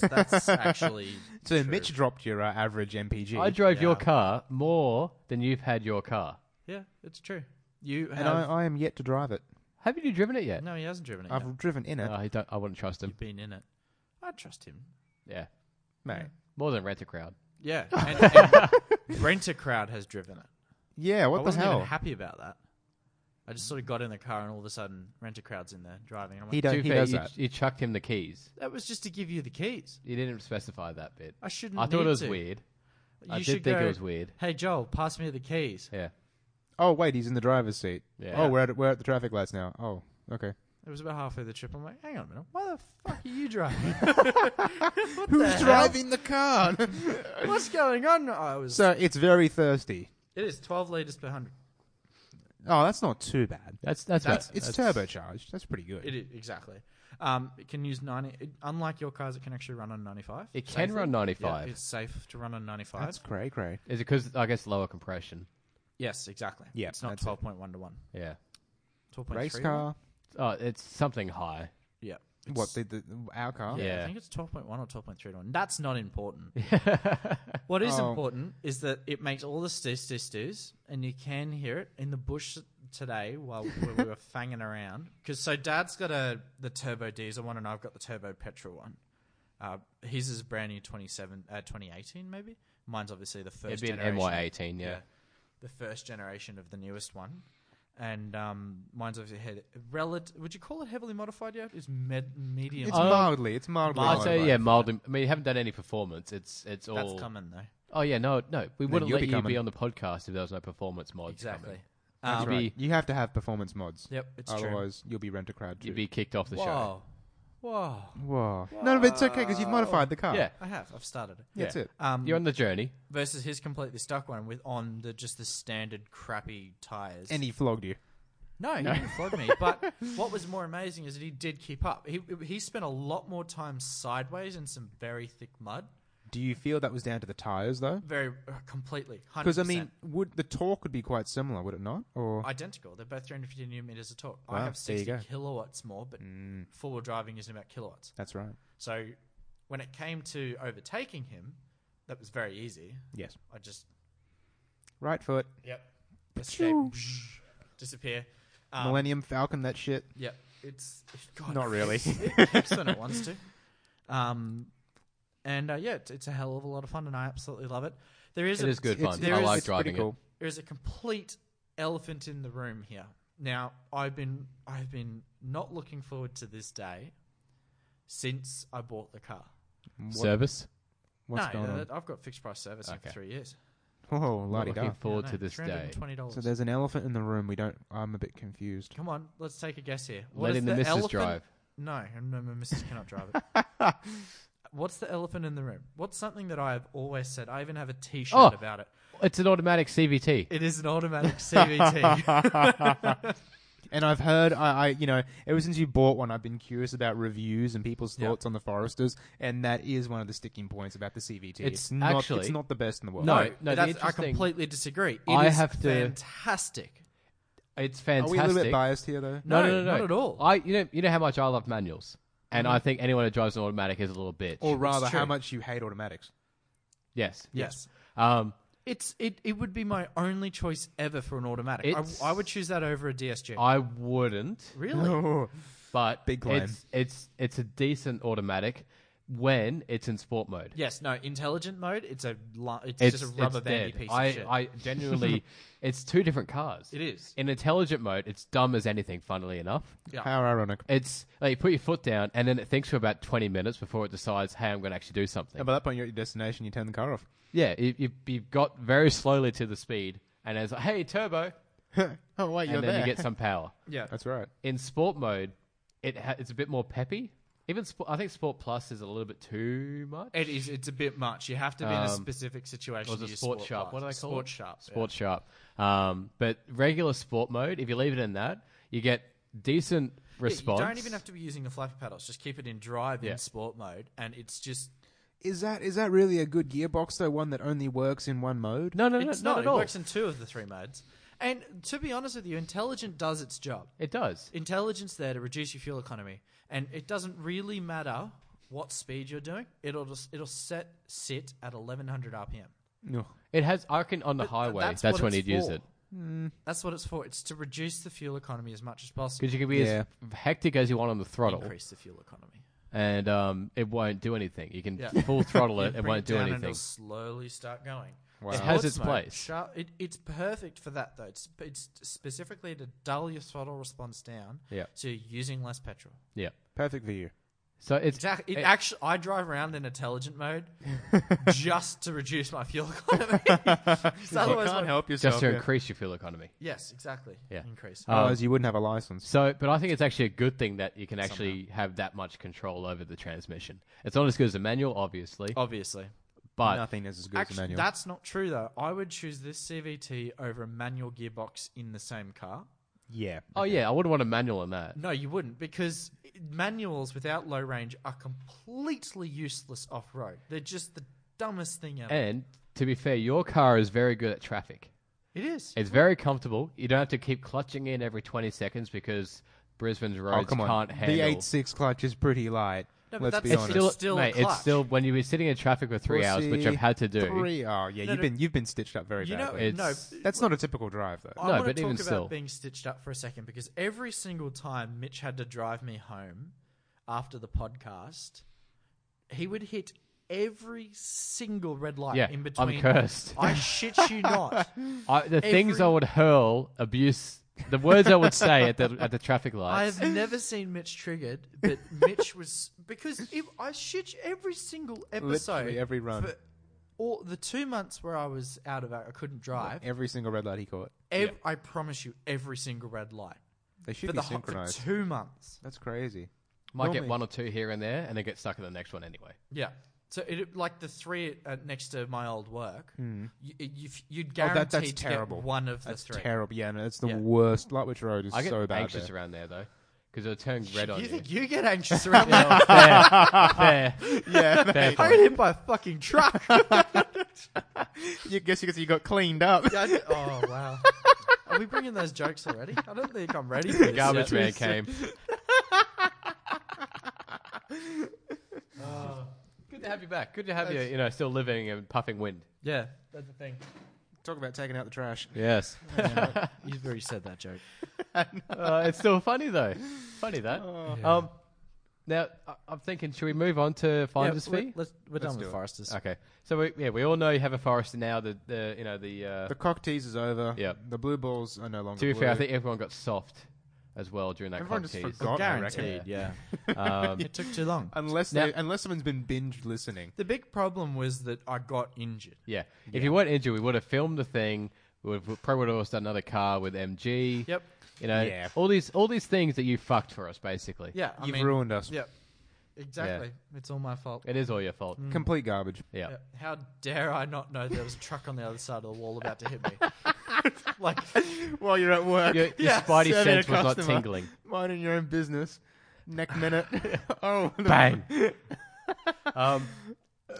[SPEAKER 4] that's actually
[SPEAKER 2] So
[SPEAKER 4] true.
[SPEAKER 2] Mitch dropped your uh, average MPG.
[SPEAKER 3] I drove your
[SPEAKER 4] Yeah.
[SPEAKER 3] car more than you've had your car.
[SPEAKER 4] Yeah, it's true. You have
[SPEAKER 2] and I, I am yet to drive it.
[SPEAKER 3] Haven't you driven it yet?
[SPEAKER 4] no, he hasn't driven it.
[SPEAKER 2] I've
[SPEAKER 4] yet.
[SPEAKER 2] driven in it,
[SPEAKER 3] No, I don't. I wouldn't trust him.
[SPEAKER 4] You've been in it. I trust him.
[SPEAKER 3] Yeah,
[SPEAKER 2] mate.
[SPEAKER 3] more than rent a crowd.
[SPEAKER 4] Yeah, and, and renter crowd has driven it.
[SPEAKER 2] Yeah, what
[SPEAKER 4] I
[SPEAKER 2] the
[SPEAKER 4] wasn't
[SPEAKER 2] hell?
[SPEAKER 4] even happy about that. I just sort of got in the car and all of a sudden renter crowd's in there driving. And I'm
[SPEAKER 2] he
[SPEAKER 4] like,
[SPEAKER 2] do,
[SPEAKER 3] to be
[SPEAKER 2] he
[SPEAKER 3] fair,
[SPEAKER 2] does
[SPEAKER 3] you,
[SPEAKER 2] that.
[SPEAKER 3] you chucked him the keys.
[SPEAKER 4] that was just to give you the keys.
[SPEAKER 3] You didn't specify that bit.
[SPEAKER 4] I shouldn't.
[SPEAKER 3] I thought
[SPEAKER 4] need
[SPEAKER 3] it was
[SPEAKER 4] to.
[SPEAKER 3] weird.
[SPEAKER 4] You
[SPEAKER 3] I
[SPEAKER 4] should
[SPEAKER 3] did think
[SPEAKER 4] go,
[SPEAKER 3] it was weird.
[SPEAKER 4] Hey Joel, pass me the keys.
[SPEAKER 3] Yeah.
[SPEAKER 2] Oh wait, he's in the driver's seat.
[SPEAKER 3] Yeah.
[SPEAKER 2] Oh, we're at we're at the traffic lights now. Oh, okay.
[SPEAKER 4] It was about halfway the trip. I'm like, hang on a minute. Why the fuck are you driving?
[SPEAKER 2] Who's driving the car?
[SPEAKER 4] What's going on? I was.
[SPEAKER 2] so it's very thirsty.
[SPEAKER 4] it is 12 liters per hundred.
[SPEAKER 2] Oh, that's not too bad.
[SPEAKER 3] That's that's
[SPEAKER 2] That's
[SPEAKER 3] about-
[SPEAKER 2] it's
[SPEAKER 3] that's-
[SPEAKER 2] turbocharged. That's pretty good.
[SPEAKER 4] It is exactly. Um, it can use 90. It, unlike your cars, it can actually run on 95.
[SPEAKER 3] It can run 95.
[SPEAKER 4] Yeah, it's safe to run on 95.
[SPEAKER 2] That's cray cray.
[SPEAKER 3] Is it because I guess lower compression?
[SPEAKER 4] yes, exactly.
[SPEAKER 2] Yeah,
[SPEAKER 4] it's not
[SPEAKER 2] that's it.
[SPEAKER 4] 12.1 to one.
[SPEAKER 3] Yeah.
[SPEAKER 4] 12.3
[SPEAKER 2] Race
[SPEAKER 4] to one.
[SPEAKER 2] car.
[SPEAKER 3] Oh, it's something high.
[SPEAKER 2] What the, the our car?
[SPEAKER 4] Yeah,
[SPEAKER 3] Yeah.
[SPEAKER 4] I think it's 12.1 or 12.3 to 1. That's not important. what is
[SPEAKER 2] Oh.
[SPEAKER 4] important is that it makes all the stis stis stis, and you can hear it in the bush today while while we were fanging around. Because so dad's got a the turbo diesel one, and I've got the turbo petrol one. Uh, his is brand new 27, uh, 2018 maybe. Mine's obviously the first.
[SPEAKER 3] It'd be an
[SPEAKER 4] generation
[SPEAKER 3] MY18, yeah.
[SPEAKER 4] the first generation of the newest one. And um, mine's obviously had relative. Would you call it heavily modified yet? It's med- medium.
[SPEAKER 2] It's
[SPEAKER 3] Um,
[SPEAKER 2] mildly. It's mildly.
[SPEAKER 3] I'd say
[SPEAKER 2] modified.
[SPEAKER 3] yeah, mildly. I mean, you haven't done any performance. It's it's all.
[SPEAKER 4] That's coming though.
[SPEAKER 3] Oh yeah, no, no. We wouldn't
[SPEAKER 2] you'll
[SPEAKER 3] let
[SPEAKER 2] be
[SPEAKER 3] you be
[SPEAKER 2] coming.
[SPEAKER 3] on the podcast if there was no performance mods.
[SPEAKER 4] Exactly.
[SPEAKER 3] coming.
[SPEAKER 2] That's
[SPEAKER 4] Um,
[SPEAKER 2] right. You have to have performance mods.
[SPEAKER 4] Yep, it's true.
[SPEAKER 2] Otherwise, you'll be rent a crowd too.
[SPEAKER 3] You'd be kicked off the show.
[SPEAKER 4] Whoa,
[SPEAKER 2] Whoa.
[SPEAKER 4] whoa!
[SPEAKER 2] No, but it's okay because you've modified the car.
[SPEAKER 3] Yeah,
[SPEAKER 4] I have. I've started it.
[SPEAKER 2] That's
[SPEAKER 3] Yeah.
[SPEAKER 2] it.
[SPEAKER 4] Um,
[SPEAKER 3] you're on the journey.
[SPEAKER 4] versus his completely stuck one with on the just the standard crappy tires.
[SPEAKER 2] And he flogged you.
[SPEAKER 4] no, he didn't flog me. But what was more amazing is that he did keep up. He he spent a lot more time sideways in some very thick mud.
[SPEAKER 2] Do you feel that was down to the tires though?
[SPEAKER 4] Very uh, completely.
[SPEAKER 2] Because I
[SPEAKER 4] 100%.
[SPEAKER 2] mean, would the torque would be quite similar, would it not? Or
[SPEAKER 4] identical. They're both 350 newton meters of torque. I
[SPEAKER 2] Wow,
[SPEAKER 4] have
[SPEAKER 2] there you
[SPEAKER 4] 60
[SPEAKER 2] go. Mm.
[SPEAKER 4] kilowatts more, but four wheel driving isn't about kilowatts.
[SPEAKER 2] that's right.
[SPEAKER 4] So when it came to overtaking him, that was very easy.
[SPEAKER 2] Yes.
[SPEAKER 4] I just
[SPEAKER 2] Right foot,
[SPEAKER 4] Yep. Escape. Disappear. Um,
[SPEAKER 2] Millennium Falcon, that shit.
[SPEAKER 4] Yep. It's God,
[SPEAKER 2] Not
[SPEAKER 4] it
[SPEAKER 2] really.
[SPEAKER 4] keeps- it keeps when it wants to. Um, and uh, yeah, it's, it's a hell of a lot of fun, and I absolutely love it. There is
[SPEAKER 3] It
[SPEAKER 4] a,
[SPEAKER 3] is good fun.
[SPEAKER 2] It's-
[SPEAKER 3] I
[SPEAKER 4] there
[SPEAKER 3] like
[SPEAKER 4] is-
[SPEAKER 2] it's pretty
[SPEAKER 3] driving
[SPEAKER 2] cool.
[SPEAKER 4] There is a complete elephant in the room here. Now, I've been I've been not looking forward to this day since I bought the car.
[SPEAKER 3] it.
[SPEAKER 2] What-
[SPEAKER 3] Service.
[SPEAKER 2] What's
[SPEAKER 4] no,
[SPEAKER 2] going on?
[SPEAKER 4] uh, I've got fixed price servicing
[SPEAKER 3] Okay.
[SPEAKER 4] for three years.
[SPEAKER 2] Oh,
[SPEAKER 3] Not
[SPEAKER 2] la
[SPEAKER 3] looking forward to this day.
[SPEAKER 4] Twenty dollars.
[SPEAKER 2] So there's an elephant in the room. We don't. I'm a bit confused.
[SPEAKER 4] Come on, let's take a guess here.
[SPEAKER 3] Letting
[SPEAKER 4] is
[SPEAKER 3] the missus
[SPEAKER 4] elephant-
[SPEAKER 3] drive.
[SPEAKER 4] No, no, my missus cannot drive it. What's the elephant in the room? What's something that I have always said? I even have a T-shirt
[SPEAKER 3] Oh.
[SPEAKER 4] about it.
[SPEAKER 3] It's an automatic CVT.
[SPEAKER 4] It is an automatic CVT.
[SPEAKER 2] And I've heard, I, I, you know, ever since you bought one, I've been curious about reviews and people's
[SPEAKER 4] Yeah.
[SPEAKER 2] thoughts on the Foresters, and that is one of the sticking points about the CVT.
[SPEAKER 3] It's
[SPEAKER 2] not, it's
[SPEAKER 3] actually-
[SPEAKER 2] not the best in the world.
[SPEAKER 3] No, no, the
[SPEAKER 4] that's, I
[SPEAKER 3] interesting-
[SPEAKER 4] completely disagree. It
[SPEAKER 3] I
[SPEAKER 4] is
[SPEAKER 3] have to-
[SPEAKER 4] fantastic.
[SPEAKER 3] It's
[SPEAKER 2] are we
[SPEAKER 3] fantastic.
[SPEAKER 2] a little bit biased here though?
[SPEAKER 3] No, no, no,
[SPEAKER 4] No,
[SPEAKER 3] no,
[SPEAKER 4] not at all. Mm-hmm.
[SPEAKER 3] I, you know, you know how much I love manuals, and I think anyone who drives an automatic is a little bitch.
[SPEAKER 2] Or rather,
[SPEAKER 4] true.
[SPEAKER 2] how much you hate automatics?
[SPEAKER 3] yes,
[SPEAKER 4] Yes.
[SPEAKER 3] Um,
[SPEAKER 4] It's it, it would be my only choice ever for an automatic.
[SPEAKER 3] It's-
[SPEAKER 4] I, I would choose that over a DSG.
[SPEAKER 3] I wouldn't,
[SPEAKER 4] really?
[SPEAKER 3] but
[SPEAKER 2] Big claim.
[SPEAKER 3] It's, it's it's a decent automatic when it's in sport mode.
[SPEAKER 4] Yes. No. Intelligent mode. It's a lu- it's,
[SPEAKER 3] It's
[SPEAKER 4] just a rubber
[SPEAKER 3] it's
[SPEAKER 4] bandy
[SPEAKER 3] dead.
[SPEAKER 4] piece
[SPEAKER 3] I,
[SPEAKER 4] of shit.
[SPEAKER 3] I genuinely, it's two different cars.
[SPEAKER 4] it is.
[SPEAKER 3] In intelligent mode, it's dumb as anything. Funnily enough,
[SPEAKER 4] Yeah.
[SPEAKER 2] How ironic.
[SPEAKER 3] it's like you put your foot down, and then it thinks for about twenty minutes before it decides, "Hey, I'm going to actually do something."
[SPEAKER 2] And by that point, you're at your destination. You turn the car off.
[SPEAKER 3] yeah, you, you you've got very slowly to the speed, and it's like, "Hey, turbo,"
[SPEAKER 2] Oh wait,
[SPEAKER 3] and then you get some power.
[SPEAKER 4] yeah.
[SPEAKER 2] That's right.
[SPEAKER 3] in sport mode, it ha- it's a bit more peppy. Even sp- I think Sport Plus is a little bit too much.
[SPEAKER 4] It is. It's a bit much. You have to be in a
[SPEAKER 3] Um,
[SPEAKER 4] specific situation.
[SPEAKER 3] Or is
[SPEAKER 4] to
[SPEAKER 3] it
[SPEAKER 4] use
[SPEAKER 3] Sport Sharp?
[SPEAKER 4] Plus.
[SPEAKER 3] What do they call
[SPEAKER 4] Sport
[SPEAKER 3] it?
[SPEAKER 4] Sharp.
[SPEAKER 3] Sport Sharp. Um, but regular Sport mode, if you leave it in that, you get decent response.
[SPEAKER 4] You don't even have to be using the flappy paddles. Just keep it in drive
[SPEAKER 3] Yeah.
[SPEAKER 4] in sport mode, and it's just
[SPEAKER 2] Is that is that really a good gearbox though? One that only works in one mode?
[SPEAKER 3] No, no, no,
[SPEAKER 4] it's
[SPEAKER 3] not
[SPEAKER 4] not.
[SPEAKER 3] at
[SPEAKER 4] it
[SPEAKER 3] all.
[SPEAKER 4] works in two of the three modes. And to be honest with you, intelligent does its job.
[SPEAKER 3] It does.
[SPEAKER 4] Intelligence there to reduce your fuel economy, and it doesn't really matter what speed you're doing. It'll just it'll set sit at 1100 rpm.
[SPEAKER 2] No.
[SPEAKER 3] It has. I reckon on the
[SPEAKER 4] But
[SPEAKER 3] highway,
[SPEAKER 4] that's
[SPEAKER 3] that's,
[SPEAKER 4] what
[SPEAKER 3] when
[SPEAKER 4] it's
[SPEAKER 3] you'd use
[SPEAKER 4] for.
[SPEAKER 3] it Hmm.
[SPEAKER 4] That's what it's for. It's to reduce the fuel economy as much as possible.
[SPEAKER 3] because you can be
[SPEAKER 2] Yeah.
[SPEAKER 3] as hectic as you want on the throttle,
[SPEAKER 4] Increase the fuel economy.
[SPEAKER 3] and um, it won't do anything. You can
[SPEAKER 4] Yeah.
[SPEAKER 3] full throttle
[SPEAKER 4] You
[SPEAKER 3] it; it
[SPEAKER 4] bring
[SPEAKER 3] won't do
[SPEAKER 4] down and
[SPEAKER 3] anything.
[SPEAKER 4] It'll slowly start going.
[SPEAKER 3] It has its
[SPEAKER 4] Sports mode,
[SPEAKER 3] place.
[SPEAKER 4] sharp- it, it's perfect for that though. It's, it's specifically to dull your throttle response down.
[SPEAKER 3] Yeah.
[SPEAKER 4] So you're using less petrol.
[SPEAKER 3] Yeah.
[SPEAKER 2] Perfect for you.
[SPEAKER 3] So it's
[SPEAKER 4] Exactly. It,
[SPEAKER 3] it-
[SPEAKER 4] actually, I drive around in intelligent mode just to reduce my fuel economy. 'Cause otherwise, my-
[SPEAKER 2] help
[SPEAKER 3] just to increase your fuel economy.
[SPEAKER 4] Yes, exactly.
[SPEAKER 3] Yeah. Uh,
[SPEAKER 4] Increase.
[SPEAKER 2] Otherwise, you wouldn't have a license.
[SPEAKER 3] So, but I think it's actually a good thing that you can actually have that much control over the transmission. It's not as good as a manual, obviously,
[SPEAKER 4] Obviously.
[SPEAKER 3] but
[SPEAKER 2] Nothing is as good as a
[SPEAKER 4] Actually,
[SPEAKER 2] manual.
[SPEAKER 4] that's not true though. I would choose this CVT over a manual gearbox in the same car.
[SPEAKER 2] yeah.
[SPEAKER 3] oh yeah, I wouldn't want a manual in that.
[SPEAKER 4] No, you wouldn't, because manuals without low range are completely useless off road. They're just the dumbest thing ever.
[SPEAKER 3] And to be fair, your car is very good at traffic.
[SPEAKER 4] it is.
[SPEAKER 3] It's very comfortable. You don't have to keep clutching in every twenty seconds because Brisbane's
[SPEAKER 2] Oh,
[SPEAKER 3] roads
[SPEAKER 2] come on.
[SPEAKER 3] can't handle.
[SPEAKER 2] The 8.6 clutch is pretty light.
[SPEAKER 4] No, but
[SPEAKER 2] Let's
[SPEAKER 4] that's
[SPEAKER 2] be
[SPEAKER 3] it's
[SPEAKER 2] honest.
[SPEAKER 3] still,
[SPEAKER 4] It's still a
[SPEAKER 3] mate,
[SPEAKER 4] clutch.
[SPEAKER 3] it's still when you were sitting in traffic for three hours, which I've
[SPEAKER 2] Pussy.
[SPEAKER 3] had to do.
[SPEAKER 2] Three. Oh, yeah, you've
[SPEAKER 4] no.
[SPEAKER 2] been you've been stitched up very
[SPEAKER 4] You know,
[SPEAKER 2] badly.
[SPEAKER 4] no.
[SPEAKER 3] It's-
[SPEAKER 2] That's not a typical drive though.
[SPEAKER 4] I
[SPEAKER 3] No,
[SPEAKER 4] want
[SPEAKER 3] but
[SPEAKER 4] to talk
[SPEAKER 3] even
[SPEAKER 4] about
[SPEAKER 3] still.
[SPEAKER 4] being stitched up for a second because every single time Mitch had to drive me home after the podcast, he would hit every single red light
[SPEAKER 3] Yeah,
[SPEAKER 4] in
[SPEAKER 3] I'm
[SPEAKER 4] between.
[SPEAKER 3] cursed.
[SPEAKER 4] I shit you not.
[SPEAKER 3] I, the things I
[SPEAKER 4] Every-
[SPEAKER 3] would hurl, abuse, the words I would say at the at the traffic
[SPEAKER 4] I
[SPEAKER 3] lights.
[SPEAKER 4] have never seen Mitch triggered, but Mitch was because if I shit you every single episode,
[SPEAKER 2] Literally every run.
[SPEAKER 4] for all the two months where I was out of I couldn't drive.
[SPEAKER 2] Every single red light he caught.
[SPEAKER 4] ev- I promise you, every single red light
[SPEAKER 2] They should
[SPEAKER 4] for
[SPEAKER 2] be
[SPEAKER 4] the hu- for
[SPEAKER 2] synchronized.
[SPEAKER 4] two months.
[SPEAKER 2] That's crazy.
[SPEAKER 3] Might get
[SPEAKER 2] normally-
[SPEAKER 3] one or two here and there, and then get stuck in the next one anyway.
[SPEAKER 4] Yeah. So it, like the three uh, next to my old work, you, you, you'd
[SPEAKER 2] Hmm. Oh,
[SPEAKER 4] guarantee
[SPEAKER 2] that, that's
[SPEAKER 4] to
[SPEAKER 2] terrible.
[SPEAKER 4] get one of the
[SPEAKER 2] that's
[SPEAKER 4] three.
[SPEAKER 2] terrible. Yeah, no, that's the
[SPEAKER 4] Yeah.
[SPEAKER 2] worst. Lightwich Road is
[SPEAKER 3] I get
[SPEAKER 2] so bad.
[SPEAKER 3] anxious
[SPEAKER 2] there.
[SPEAKER 3] around there though, because it'll turn red on
[SPEAKER 4] you
[SPEAKER 3] you.
[SPEAKER 4] think you get anxious around me?
[SPEAKER 3] Fair. yeah, fair
[SPEAKER 4] I
[SPEAKER 3] point.
[SPEAKER 4] got hit by a fucking truck.
[SPEAKER 2] You guess because you got cleaned up.
[SPEAKER 4] Yeah, I- oh wow. Are we bringing those jokes already? I don't think I'm ready for this.
[SPEAKER 3] Garbage
[SPEAKER 4] yet.
[SPEAKER 3] man came. Uh, Good to have you back. Good to have you. You know, still living and puffing wind.
[SPEAKER 4] Yeah, that's the thing.
[SPEAKER 2] Talk about taking out the trash.
[SPEAKER 3] Yes,
[SPEAKER 4] You've already said that joke.
[SPEAKER 3] uh, it's still funny though. Funny that. Um, now I- I'm thinking, should we move on to finder's
[SPEAKER 4] we're,
[SPEAKER 3] fee?
[SPEAKER 4] Let's, we're
[SPEAKER 2] Let's
[SPEAKER 4] done
[SPEAKER 2] do
[SPEAKER 4] with
[SPEAKER 2] it.
[SPEAKER 4] Foresters.
[SPEAKER 3] Okay, so we, yeah, we all know you have a forester now. The, the you know the, uh,
[SPEAKER 2] The cock tease is over.
[SPEAKER 3] Yeah.
[SPEAKER 2] The blue balls are no longer.
[SPEAKER 3] to be
[SPEAKER 2] blue.
[SPEAKER 3] fair, I think everyone got soft as well during that
[SPEAKER 2] Everyone
[SPEAKER 3] cock
[SPEAKER 2] just
[SPEAKER 3] tease.
[SPEAKER 2] forgot. I
[SPEAKER 4] Guaranteed.
[SPEAKER 2] reckon.
[SPEAKER 4] Yeah.
[SPEAKER 3] Um,
[SPEAKER 4] It took too long.
[SPEAKER 2] unless
[SPEAKER 3] Now-
[SPEAKER 2] they, unless someone's been binge listening.
[SPEAKER 4] The big problem was that I got injured.
[SPEAKER 3] yeah. if you weren't injured, we would have filmed the thing. We would we probably would have also done another car with MG.
[SPEAKER 4] Yep.
[SPEAKER 3] You know,
[SPEAKER 2] Yeah.
[SPEAKER 3] all these all these things that you fucked for us, basically.
[SPEAKER 4] Yeah. I
[SPEAKER 2] You've
[SPEAKER 4] mean,
[SPEAKER 2] ruined us.
[SPEAKER 4] Yep. Exactly. It's all my fault.
[SPEAKER 3] it is all your fault.
[SPEAKER 2] Complete garbage.
[SPEAKER 3] Mm. Yeah.
[SPEAKER 4] Yeah. How dare I not know there was a truck on the other side of the wall about to hit me? like,
[SPEAKER 2] While you're at work,
[SPEAKER 3] Your, your spidey
[SPEAKER 2] serving
[SPEAKER 3] sense
[SPEAKER 2] a
[SPEAKER 3] was not
[SPEAKER 2] customer.
[SPEAKER 3] tingling.
[SPEAKER 2] minding your own business. Neck minute. oh, the-
[SPEAKER 3] Bang. um, that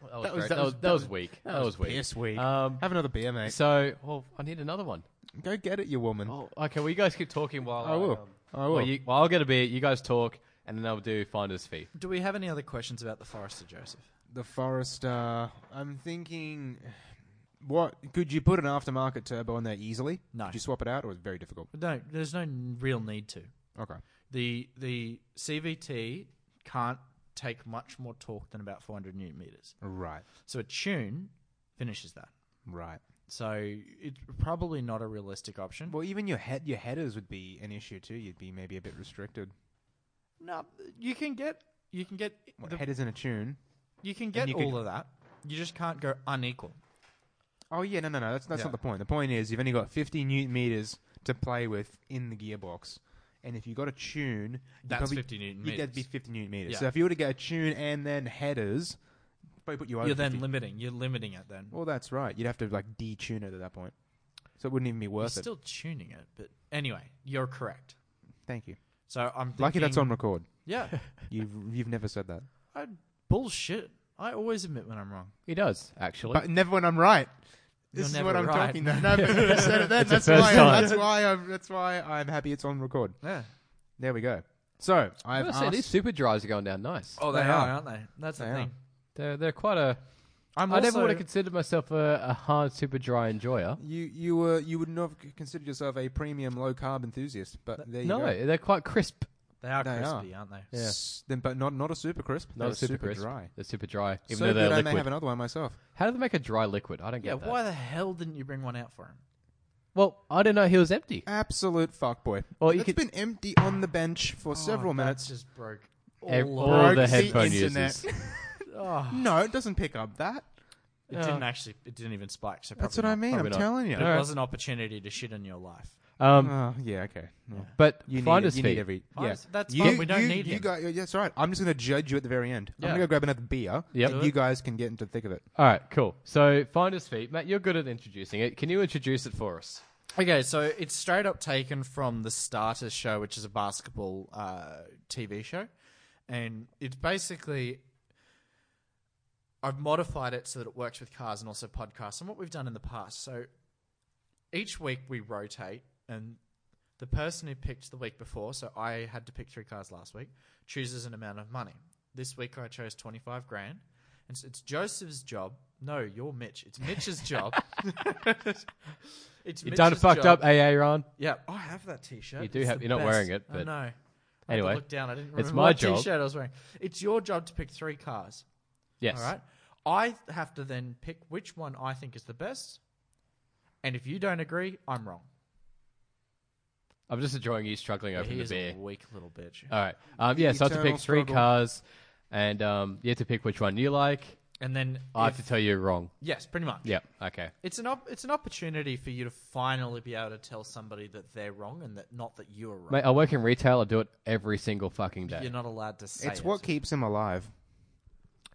[SPEAKER 3] was,
[SPEAKER 2] That was- that
[SPEAKER 3] great. that
[SPEAKER 2] was-
[SPEAKER 3] was
[SPEAKER 2] that
[SPEAKER 3] that was
[SPEAKER 2] was-
[SPEAKER 3] weak. That,
[SPEAKER 2] was
[SPEAKER 3] was, weak.
[SPEAKER 2] piss weak.
[SPEAKER 3] Um,
[SPEAKER 2] Have another beer, mate.
[SPEAKER 3] so, well, I need another one.
[SPEAKER 2] Go get it, you woman.
[SPEAKER 3] Oh, okay. Well, you guys keep talking while um,
[SPEAKER 2] I will. I will.
[SPEAKER 3] Well, you, well, I'll get a beer. You guys talk, and then I'll do finder's fee.
[SPEAKER 4] do we have any other questions about the Forester, Joseph?
[SPEAKER 2] the Forester. I'm thinking, what could you put an aftermarket turbo on there easily?
[SPEAKER 4] No.
[SPEAKER 2] Could you swap it out, or it's very difficult?
[SPEAKER 4] No, there's no real need to.
[SPEAKER 2] Okay.
[SPEAKER 4] The the CVT can't take much more torque than about 400 newton meters.
[SPEAKER 2] Right.
[SPEAKER 4] So a tune finishes that.
[SPEAKER 2] Right.
[SPEAKER 4] So it's probably not a realistic option.
[SPEAKER 2] Well, even your head, your headers would be an issue too. You'd be maybe a bit restricted.
[SPEAKER 4] No, you can get you can get
[SPEAKER 2] What,
[SPEAKER 4] the-
[SPEAKER 2] headers in a tune.
[SPEAKER 4] you can get
[SPEAKER 2] you could-
[SPEAKER 4] all of that. You just can't go unequal.
[SPEAKER 2] Oh yeah, no, no, no. That's that's
[SPEAKER 4] Yeah.
[SPEAKER 2] not the point. The point is you've only got 50 newton meters to play with in the gearbox, and if you got a tune, you
[SPEAKER 4] That's
[SPEAKER 2] probably-
[SPEAKER 4] 50 newton
[SPEAKER 2] you- That'd be
[SPEAKER 4] meters.
[SPEAKER 2] 50 newton meters.
[SPEAKER 4] Yeah.
[SPEAKER 2] So if you were to get a tune and then headers, probably put you over.
[SPEAKER 4] You're then
[SPEAKER 2] 50.
[SPEAKER 4] limiting. You're limiting it then.
[SPEAKER 2] well, that's right. You'd have to like detune it at that point, so it wouldn't even be
[SPEAKER 4] You're
[SPEAKER 2] worth it.
[SPEAKER 4] still tuning it, but anyway, you're correct.
[SPEAKER 2] Thank you.
[SPEAKER 4] So I'm thinking,
[SPEAKER 2] Lucky that's on record.
[SPEAKER 4] Yeah,
[SPEAKER 2] You've you've never said that,
[SPEAKER 4] I bullshit. I always admit when I'm wrong.
[SPEAKER 3] He does actually.
[SPEAKER 2] but never when I'm right.
[SPEAKER 4] You're
[SPEAKER 2] This is
[SPEAKER 4] never
[SPEAKER 2] what I'm
[SPEAKER 4] right.
[SPEAKER 2] talking about. No, but you said it then.
[SPEAKER 3] the
[SPEAKER 2] That's
[SPEAKER 3] first
[SPEAKER 2] why.
[SPEAKER 3] time.
[SPEAKER 2] That's why. I'm, that's why I'm happy it's on record.
[SPEAKER 4] Yeah.
[SPEAKER 2] There we go. So I've
[SPEAKER 3] I say,
[SPEAKER 2] asked.
[SPEAKER 3] these super drives are going down nice.
[SPEAKER 4] Oh,
[SPEAKER 2] they
[SPEAKER 4] they,
[SPEAKER 2] They are,
[SPEAKER 4] are,
[SPEAKER 2] are.
[SPEAKER 4] aren't they? That's
[SPEAKER 2] They
[SPEAKER 4] the
[SPEAKER 2] are.
[SPEAKER 4] thing.
[SPEAKER 3] They're, they're quite a.
[SPEAKER 4] I'm
[SPEAKER 3] I never
[SPEAKER 4] also-
[SPEAKER 3] would have considered myself a, a hard super dry enjoyer.
[SPEAKER 2] You you were you would not have considered yourself a premium low carb enthusiast, but there you
[SPEAKER 3] No,
[SPEAKER 2] go.
[SPEAKER 3] they're quite crisp.
[SPEAKER 4] They are
[SPEAKER 2] They are.
[SPEAKER 4] crispy, are. not they?
[SPEAKER 3] Yeah.
[SPEAKER 2] S- Then, but not not a super crisp.
[SPEAKER 3] Not
[SPEAKER 2] they're
[SPEAKER 3] super,
[SPEAKER 2] super
[SPEAKER 3] crisp.
[SPEAKER 2] dry.
[SPEAKER 3] They're super dry. Even
[SPEAKER 2] so
[SPEAKER 3] though
[SPEAKER 2] good,
[SPEAKER 3] they're
[SPEAKER 2] I may
[SPEAKER 3] liquid.
[SPEAKER 2] have another one myself.
[SPEAKER 3] How do they make a dry liquid? I don't
[SPEAKER 4] Yeah.
[SPEAKER 3] get that.
[SPEAKER 4] Why the hell didn't you bring one out for him?
[SPEAKER 3] Well, I didn't know he was empty.
[SPEAKER 2] Absolute fuckboy.
[SPEAKER 3] Well, you
[SPEAKER 2] it's
[SPEAKER 3] could- Oh,
[SPEAKER 2] been empty on the bench for several minutes.
[SPEAKER 4] Oh, just broke.
[SPEAKER 3] Ev-
[SPEAKER 4] all
[SPEAKER 3] all
[SPEAKER 4] over.
[SPEAKER 2] Broke
[SPEAKER 3] the
[SPEAKER 2] the
[SPEAKER 3] headphone
[SPEAKER 2] internet.
[SPEAKER 3] users.
[SPEAKER 2] No, it doesn't pick up that.
[SPEAKER 4] It didn't actually. It didn't even spike. So
[SPEAKER 2] That's what
[SPEAKER 4] probably
[SPEAKER 2] I mean.
[SPEAKER 3] Probably
[SPEAKER 2] I'm
[SPEAKER 3] not.
[SPEAKER 2] telling you.
[SPEAKER 4] not. But it
[SPEAKER 3] Alright.
[SPEAKER 4] was an opportunity to shit in your life.
[SPEAKER 3] Um,
[SPEAKER 2] Oh, yeah, okay. Yeah.
[SPEAKER 3] but
[SPEAKER 2] You
[SPEAKER 3] finder's
[SPEAKER 2] need, you
[SPEAKER 3] fee.
[SPEAKER 2] need every. Yeah.
[SPEAKER 4] Finder's- that's
[SPEAKER 2] you,
[SPEAKER 4] fine, we don't
[SPEAKER 2] you,
[SPEAKER 4] need
[SPEAKER 2] you
[SPEAKER 4] him.
[SPEAKER 2] guy- yeah, that's right. I'm just going to judge you at the very end. I'm
[SPEAKER 3] Yeah.
[SPEAKER 2] going to go grab another beer.
[SPEAKER 3] Yep.
[SPEAKER 2] and
[SPEAKER 3] Do
[SPEAKER 2] You guys can get into the thick of it.
[SPEAKER 3] All right, cool. So finder's fee, Matt. You're good at introducing it. Can you introduce it for us?
[SPEAKER 4] Okay, so it's straight up taken from the Starters show, which is a basketball uh, TV show, and it's basically I've modified it so that it works with cars and also podcasts and what we've done in the past. So each week we rotate, and The person who picked the week before, so I had to pick three cars last week, chooses an amount of money. This week I chose 25 grand. And so it's Joseph's job. No, you're Mitch. It's Mitch's job. it's
[SPEAKER 3] You done
[SPEAKER 4] Mitch's
[SPEAKER 3] fucked
[SPEAKER 4] job.
[SPEAKER 3] up, AA Ron.
[SPEAKER 4] Yeah, I have that T-shirt.
[SPEAKER 3] You do
[SPEAKER 4] It's
[SPEAKER 3] have-
[SPEAKER 4] the
[SPEAKER 3] you're not wearing
[SPEAKER 4] best.
[SPEAKER 3] it, but-
[SPEAKER 4] I know. I had to
[SPEAKER 3] Anyway,
[SPEAKER 4] look down. I didn't remember
[SPEAKER 3] it's my
[SPEAKER 4] what
[SPEAKER 3] job.
[SPEAKER 4] T-shirt I was wearing. It's your job to pick three cars.
[SPEAKER 3] Yes.
[SPEAKER 4] All right. I have to then pick which one I think is the best, and if you don't agree, I'm wrong.
[SPEAKER 3] I'm just enjoying you struggling over
[SPEAKER 4] he
[SPEAKER 3] the
[SPEAKER 4] is
[SPEAKER 3] beer.
[SPEAKER 4] a weak little bitch.
[SPEAKER 3] All right. Um, yeah, so I have to
[SPEAKER 2] Eternal
[SPEAKER 3] pick three
[SPEAKER 2] struggle.
[SPEAKER 3] cars, and um, you have to pick which one you like.
[SPEAKER 4] and then
[SPEAKER 3] I have
[SPEAKER 4] if-
[SPEAKER 3] to tell you you're wrong.
[SPEAKER 4] yes, pretty much.
[SPEAKER 3] Yep. Okay.
[SPEAKER 4] It's an op- it's an opportunity for you to finally be able to tell somebody that they're wrong and that not that you are wrong.
[SPEAKER 3] Mate, I work in retail. I do it every single fucking day.
[SPEAKER 4] You're not allowed to say
[SPEAKER 2] It's
[SPEAKER 4] it.
[SPEAKER 2] what keeps him alive.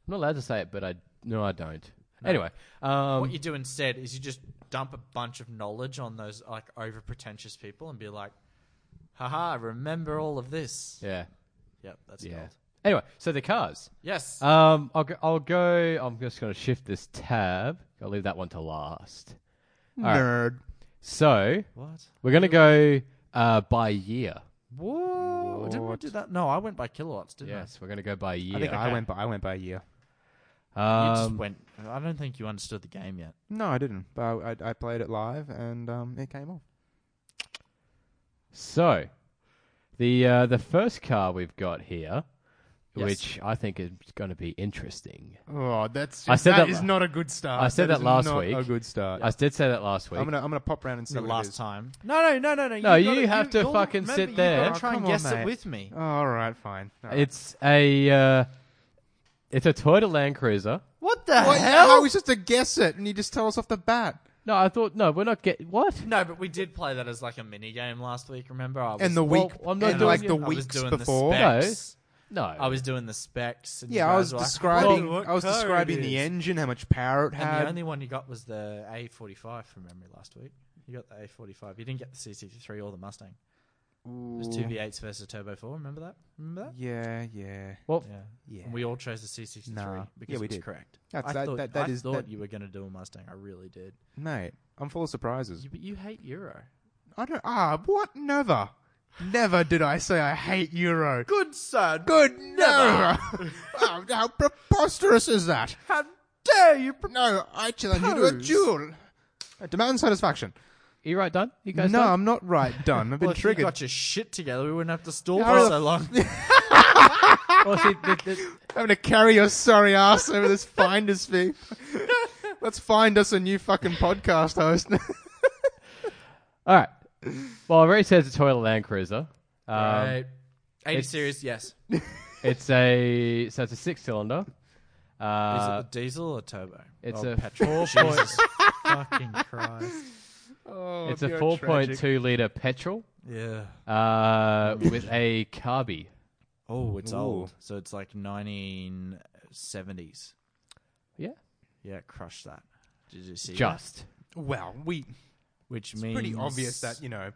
[SPEAKER 3] I'm not allowed to say it, but I no, I don't. Anyway, um,
[SPEAKER 4] what you do instead is you just dump a bunch of knowledge on those like over pretentious people and be like, haha, remember all of this.
[SPEAKER 3] yeah,
[SPEAKER 4] Yep, that's
[SPEAKER 3] yeah.
[SPEAKER 4] gold.
[SPEAKER 3] Anyway, so the cars.
[SPEAKER 4] Yes.
[SPEAKER 3] Um, I'll go, I'll go. I'm just going to shift this tab. I'll leave that one to last. All right.
[SPEAKER 2] Nerd.
[SPEAKER 3] So
[SPEAKER 4] what?
[SPEAKER 3] we're going to go uh, by year.
[SPEAKER 4] Whoa. Didn't we do that? No, I went by kilowatts, didn't
[SPEAKER 3] Yes, we're going to go by year.
[SPEAKER 2] I think I went. By, I went by a year.
[SPEAKER 4] I? You
[SPEAKER 3] Um,
[SPEAKER 4] just went. I don't think you understood the game yet.
[SPEAKER 2] No, I didn't. But I, I, I played it live, and um, it came off.
[SPEAKER 3] So, the uh, the first car we've got here,
[SPEAKER 4] Yes.
[SPEAKER 3] which I think is going to be interesting.
[SPEAKER 2] Oh, that's.
[SPEAKER 3] I said that
[SPEAKER 2] is
[SPEAKER 3] la-
[SPEAKER 2] not a good start.
[SPEAKER 3] I said that
[SPEAKER 2] Ah, is
[SPEAKER 3] last
[SPEAKER 2] not
[SPEAKER 3] week.
[SPEAKER 2] A good start.
[SPEAKER 3] I did say that last week.
[SPEAKER 2] I'm gonna I'm gonna pop round and see
[SPEAKER 4] The
[SPEAKER 2] what it
[SPEAKER 4] last
[SPEAKER 2] is.
[SPEAKER 4] time. No, no, no, no, no.
[SPEAKER 3] No,
[SPEAKER 4] you've
[SPEAKER 3] you
[SPEAKER 4] gotta-
[SPEAKER 3] have to
[SPEAKER 4] you'll-
[SPEAKER 3] fucking
[SPEAKER 4] remember,
[SPEAKER 3] sit
[SPEAKER 4] you
[SPEAKER 3] there. Uh,
[SPEAKER 4] gotta try and
[SPEAKER 2] Come on,
[SPEAKER 4] guess
[SPEAKER 2] mate.
[SPEAKER 4] it with me.
[SPEAKER 2] Oh, all right, fine. All right.
[SPEAKER 3] It's a uh, it's a Toyota Land Cruiser.
[SPEAKER 4] What the
[SPEAKER 2] What?
[SPEAKER 4] hell?
[SPEAKER 2] I was just to guess it, and you just tell us off the bat.
[SPEAKER 3] No, I thought no, we're not getting what.
[SPEAKER 4] No, but we did play that as like a mini game last week. Remember? I was,
[SPEAKER 2] And the
[SPEAKER 3] Well,
[SPEAKER 2] week,
[SPEAKER 3] I'm not
[SPEAKER 2] and
[SPEAKER 3] doing
[SPEAKER 2] like
[SPEAKER 3] it.
[SPEAKER 2] the
[SPEAKER 4] I was
[SPEAKER 2] weeks
[SPEAKER 4] doing
[SPEAKER 2] before.
[SPEAKER 4] The
[SPEAKER 3] No.
[SPEAKER 4] specs.
[SPEAKER 3] No,
[SPEAKER 4] I was doing the specs. And you
[SPEAKER 2] Yeah, I
[SPEAKER 4] guys
[SPEAKER 2] was
[SPEAKER 4] were like,
[SPEAKER 2] describing.
[SPEAKER 4] "Oh, what
[SPEAKER 2] I was
[SPEAKER 4] car it
[SPEAKER 2] describing the
[SPEAKER 4] is."
[SPEAKER 2] engine, how much power it
[SPEAKER 4] And
[SPEAKER 2] had.
[SPEAKER 4] the only one you got was the A45 from memory last week. You got the A45. You didn't get the C63 or the Mustang. It was two V8s versus a Turbo 4. Remember that? Remember that?
[SPEAKER 2] yeah, yeah,
[SPEAKER 3] well,
[SPEAKER 4] Yeah.
[SPEAKER 2] yeah.
[SPEAKER 4] And we all chose the C63
[SPEAKER 2] Nah.
[SPEAKER 4] because
[SPEAKER 2] Yeah, we
[SPEAKER 4] it was
[SPEAKER 2] did.
[SPEAKER 4] correct.
[SPEAKER 2] That's-
[SPEAKER 4] I
[SPEAKER 2] that-
[SPEAKER 4] thought,
[SPEAKER 2] that- that
[SPEAKER 4] I
[SPEAKER 2] is-
[SPEAKER 4] thought
[SPEAKER 2] that-
[SPEAKER 4] you were going to do a Mustang. I really did.
[SPEAKER 2] mate, I'm full of surprises.
[SPEAKER 4] You, but you hate Euro.
[SPEAKER 2] I don't. Ah, what? Never, never did I say I hate Euro.
[SPEAKER 4] Good son.
[SPEAKER 2] Good, never. wow, how preposterous is that?
[SPEAKER 4] How dare you?
[SPEAKER 2] No, I challenge you to a
[SPEAKER 4] Pose.
[SPEAKER 2] duel. I demand satisfaction.
[SPEAKER 3] you right, done? You guys?
[SPEAKER 2] no,
[SPEAKER 3] done?
[SPEAKER 2] I'm not right. Done. I've been
[SPEAKER 4] Well, if you
[SPEAKER 2] triggered.
[SPEAKER 4] got your shit together, we wouldn't have to stall
[SPEAKER 2] Yeah,
[SPEAKER 4] for
[SPEAKER 2] hurry
[SPEAKER 4] so long.
[SPEAKER 3] Well, Oh, see, the- the-
[SPEAKER 2] Having to carry your sorry ass over this finder's fee. Let's find us a new fucking podcast host.
[SPEAKER 3] all right. Well, I already says it's a Toyota Land Cruiser. Um,
[SPEAKER 4] Right. 80
[SPEAKER 3] it's-
[SPEAKER 4] series, yes.
[SPEAKER 3] It's a so it's a six cylinder. Uh,
[SPEAKER 4] Is it a diesel or turbo?
[SPEAKER 3] it's
[SPEAKER 4] Oh,
[SPEAKER 3] a
[SPEAKER 4] petrol.
[SPEAKER 3] four point-
[SPEAKER 4] Jesus fucking Christ.
[SPEAKER 2] oh,
[SPEAKER 3] it's a 4.2 liter petrol
[SPEAKER 4] Yeah.
[SPEAKER 3] uh, with a carby.
[SPEAKER 4] Oh, it's
[SPEAKER 2] Ooh.
[SPEAKER 4] old. So it's like 1970s.
[SPEAKER 3] Yeah,
[SPEAKER 4] Yeah, crush that. Did you see? that?
[SPEAKER 3] just.
[SPEAKER 2] Well, we
[SPEAKER 4] Which
[SPEAKER 2] it's
[SPEAKER 4] means
[SPEAKER 2] pretty obvious that you know.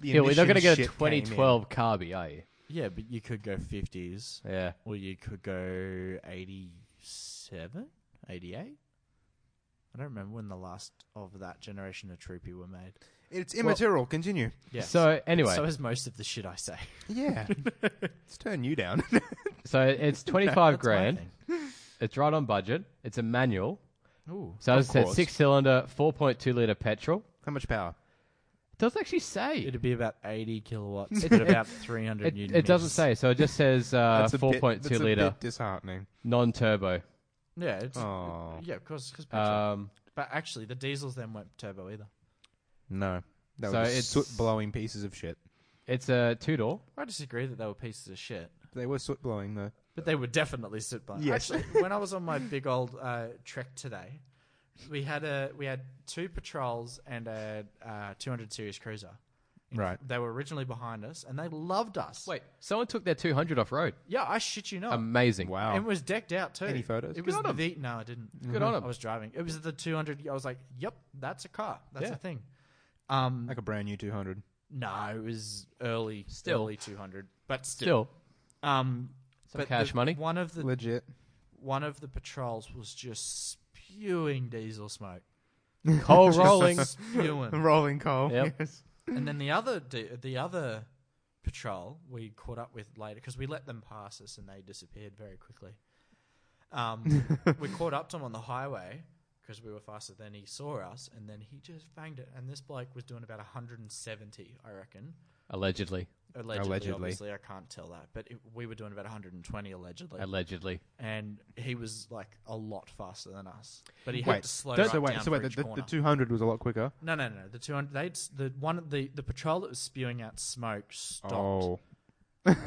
[SPEAKER 2] The
[SPEAKER 3] Yeah, we're not going to
[SPEAKER 2] emission
[SPEAKER 3] get a
[SPEAKER 2] shit came in.
[SPEAKER 3] 2012 Carby, are you?
[SPEAKER 4] Yeah, but you could go 50s,
[SPEAKER 3] Yeah.
[SPEAKER 4] or you could go 87, 88. I don't remember when the last of that generation of Troopy were made.
[SPEAKER 2] It's immaterial. Continue.
[SPEAKER 4] Yeah.
[SPEAKER 3] So anyway,
[SPEAKER 4] so
[SPEAKER 3] so,
[SPEAKER 4] is most of the shit I say.
[SPEAKER 2] Yeah, let's turn you down.
[SPEAKER 3] it's 25 grand. It's right on budget. It's a manual.
[SPEAKER 4] Ooh.
[SPEAKER 3] So as I said,
[SPEAKER 2] course.
[SPEAKER 3] six cylinder, 4.2 liter petrol.
[SPEAKER 2] How much power?
[SPEAKER 3] It doesn't actually say. It,
[SPEAKER 4] It'd be about 80 kilowatts, but about 300
[SPEAKER 3] it,
[SPEAKER 4] newton
[SPEAKER 3] doesn't
[SPEAKER 4] meters.
[SPEAKER 3] say. So it just says uh,
[SPEAKER 2] That's a bit-
[SPEAKER 3] 4.2
[SPEAKER 2] that's a
[SPEAKER 3] liter
[SPEAKER 2] bit disheartening.
[SPEAKER 3] non turbo.
[SPEAKER 4] Yeah, it's,
[SPEAKER 2] Oh.
[SPEAKER 4] yeah, of course, because petrol.
[SPEAKER 3] Um,
[SPEAKER 4] but actually, the diesels then weren't turbo either.
[SPEAKER 2] No, that
[SPEAKER 3] So
[SPEAKER 2] was
[SPEAKER 3] it's-
[SPEAKER 2] soot blowing pieces of shit.
[SPEAKER 3] it's a two door.
[SPEAKER 4] I disagree that they were pieces of shit,
[SPEAKER 2] They were soot blowing though.
[SPEAKER 4] but they were definitely sit by.
[SPEAKER 2] Yes.
[SPEAKER 4] Actually, when I was on my big old uh, trek today, we had a we had two patrols and a uh, 200 series cruiser.
[SPEAKER 2] Right.
[SPEAKER 4] They were originally behind us, and they loved us.
[SPEAKER 3] Wait, Um, someone took their 200 off road.
[SPEAKER 4] yeah, I shit you not.
[SPEAKER 3] Amazing.
[SPEAKER 2] Oh. Wow.
[SPEAKER 4] It was decked out too.
[SPEAKER 2] Any photos?
[SPEAKER 4] It
[SPEAKER 2] Good
[SPEAKER 4] was
[SPEAKER 3] on 'em.
[SPEAKER 4] the no, I didn't.
[SPEAKER 3] Good on 'em.
[SPEAKER 4] I was driving. It was the 200. I was like, "Yep, that's a car. That's
[SPEAKER 3] Yeah.
[SPEAKER 4] a thing." Um,
[SPEAKER 2] like a brand new 200.
[SPEAKER 4] no, it was early,
[SPEAKER 3] Still.
[SPEAKER 4] early 200, but still,
[SPEAKER 3] Still,
[SPEAKER 4] um,
[SPEAKER 3] Some
[SPEAKER 4] but
[SPEAKER 3] cash
[SPEAKER 4] the-
[SPEAKER 3] money.
[SPEAKER 4] One of the
[SPEAKER 2] Legit.
[SPEAKER 4] one of the patrols was just spewing diesel smoke.
[SPEAKER 3] coal
[SPEAKER 4] Just
[SPEAKER 3] Oh, rolling.
[SPEAKER 4] spewing.
[SPEAKER 2] Rolling coal.
[SPEAKER 3] Yep.
[SPEAKER 2] Yes.
[SPEAKER 4] and then the other d- the other patrol we caught up with later because we let them pass us and they disappeared very quickly. Um, we caught up to him on the highway because we were faster than he saw us, and then he just banged it. And this bloke was doing about 170, I reckon.
[SPEAKER 3] Allegedly.
[SPEAKER 4] Allegedly,
[SPEAKER 2] Allegedly.
[SPEAKER 4] obviously, I can't tell that, but it, we were doing about 120 allegedly,
[SPEAKER 3] Allegedly.
[SPEAKER 4] and he was like a lot faster than us. But he had
[SPEAKER 2] Wait,
[SPEAKER 4] to
[SPEAKER 2] so
[SPEAKER 4] slow
[SPEAKER 2] wait,
[SPEAKER 4] right
[SPEAKER 2] so wait,
[SPEAKER 4] down
[SPEAKER 2] so
[SPEAKER 4] for
[SPEAKER 2] wait, the,
[SPEAKER 4] each
[SPEAKER 2] the, the
[SPEAKER 4] corner.
[SPEAKER 2] 200 was a lot quicker.
[SPEAKER 4] No, no, no. no. The two hundred. They the one the the patrol that was spewing out smoke stopped.
[SPEAKER 2] Oh.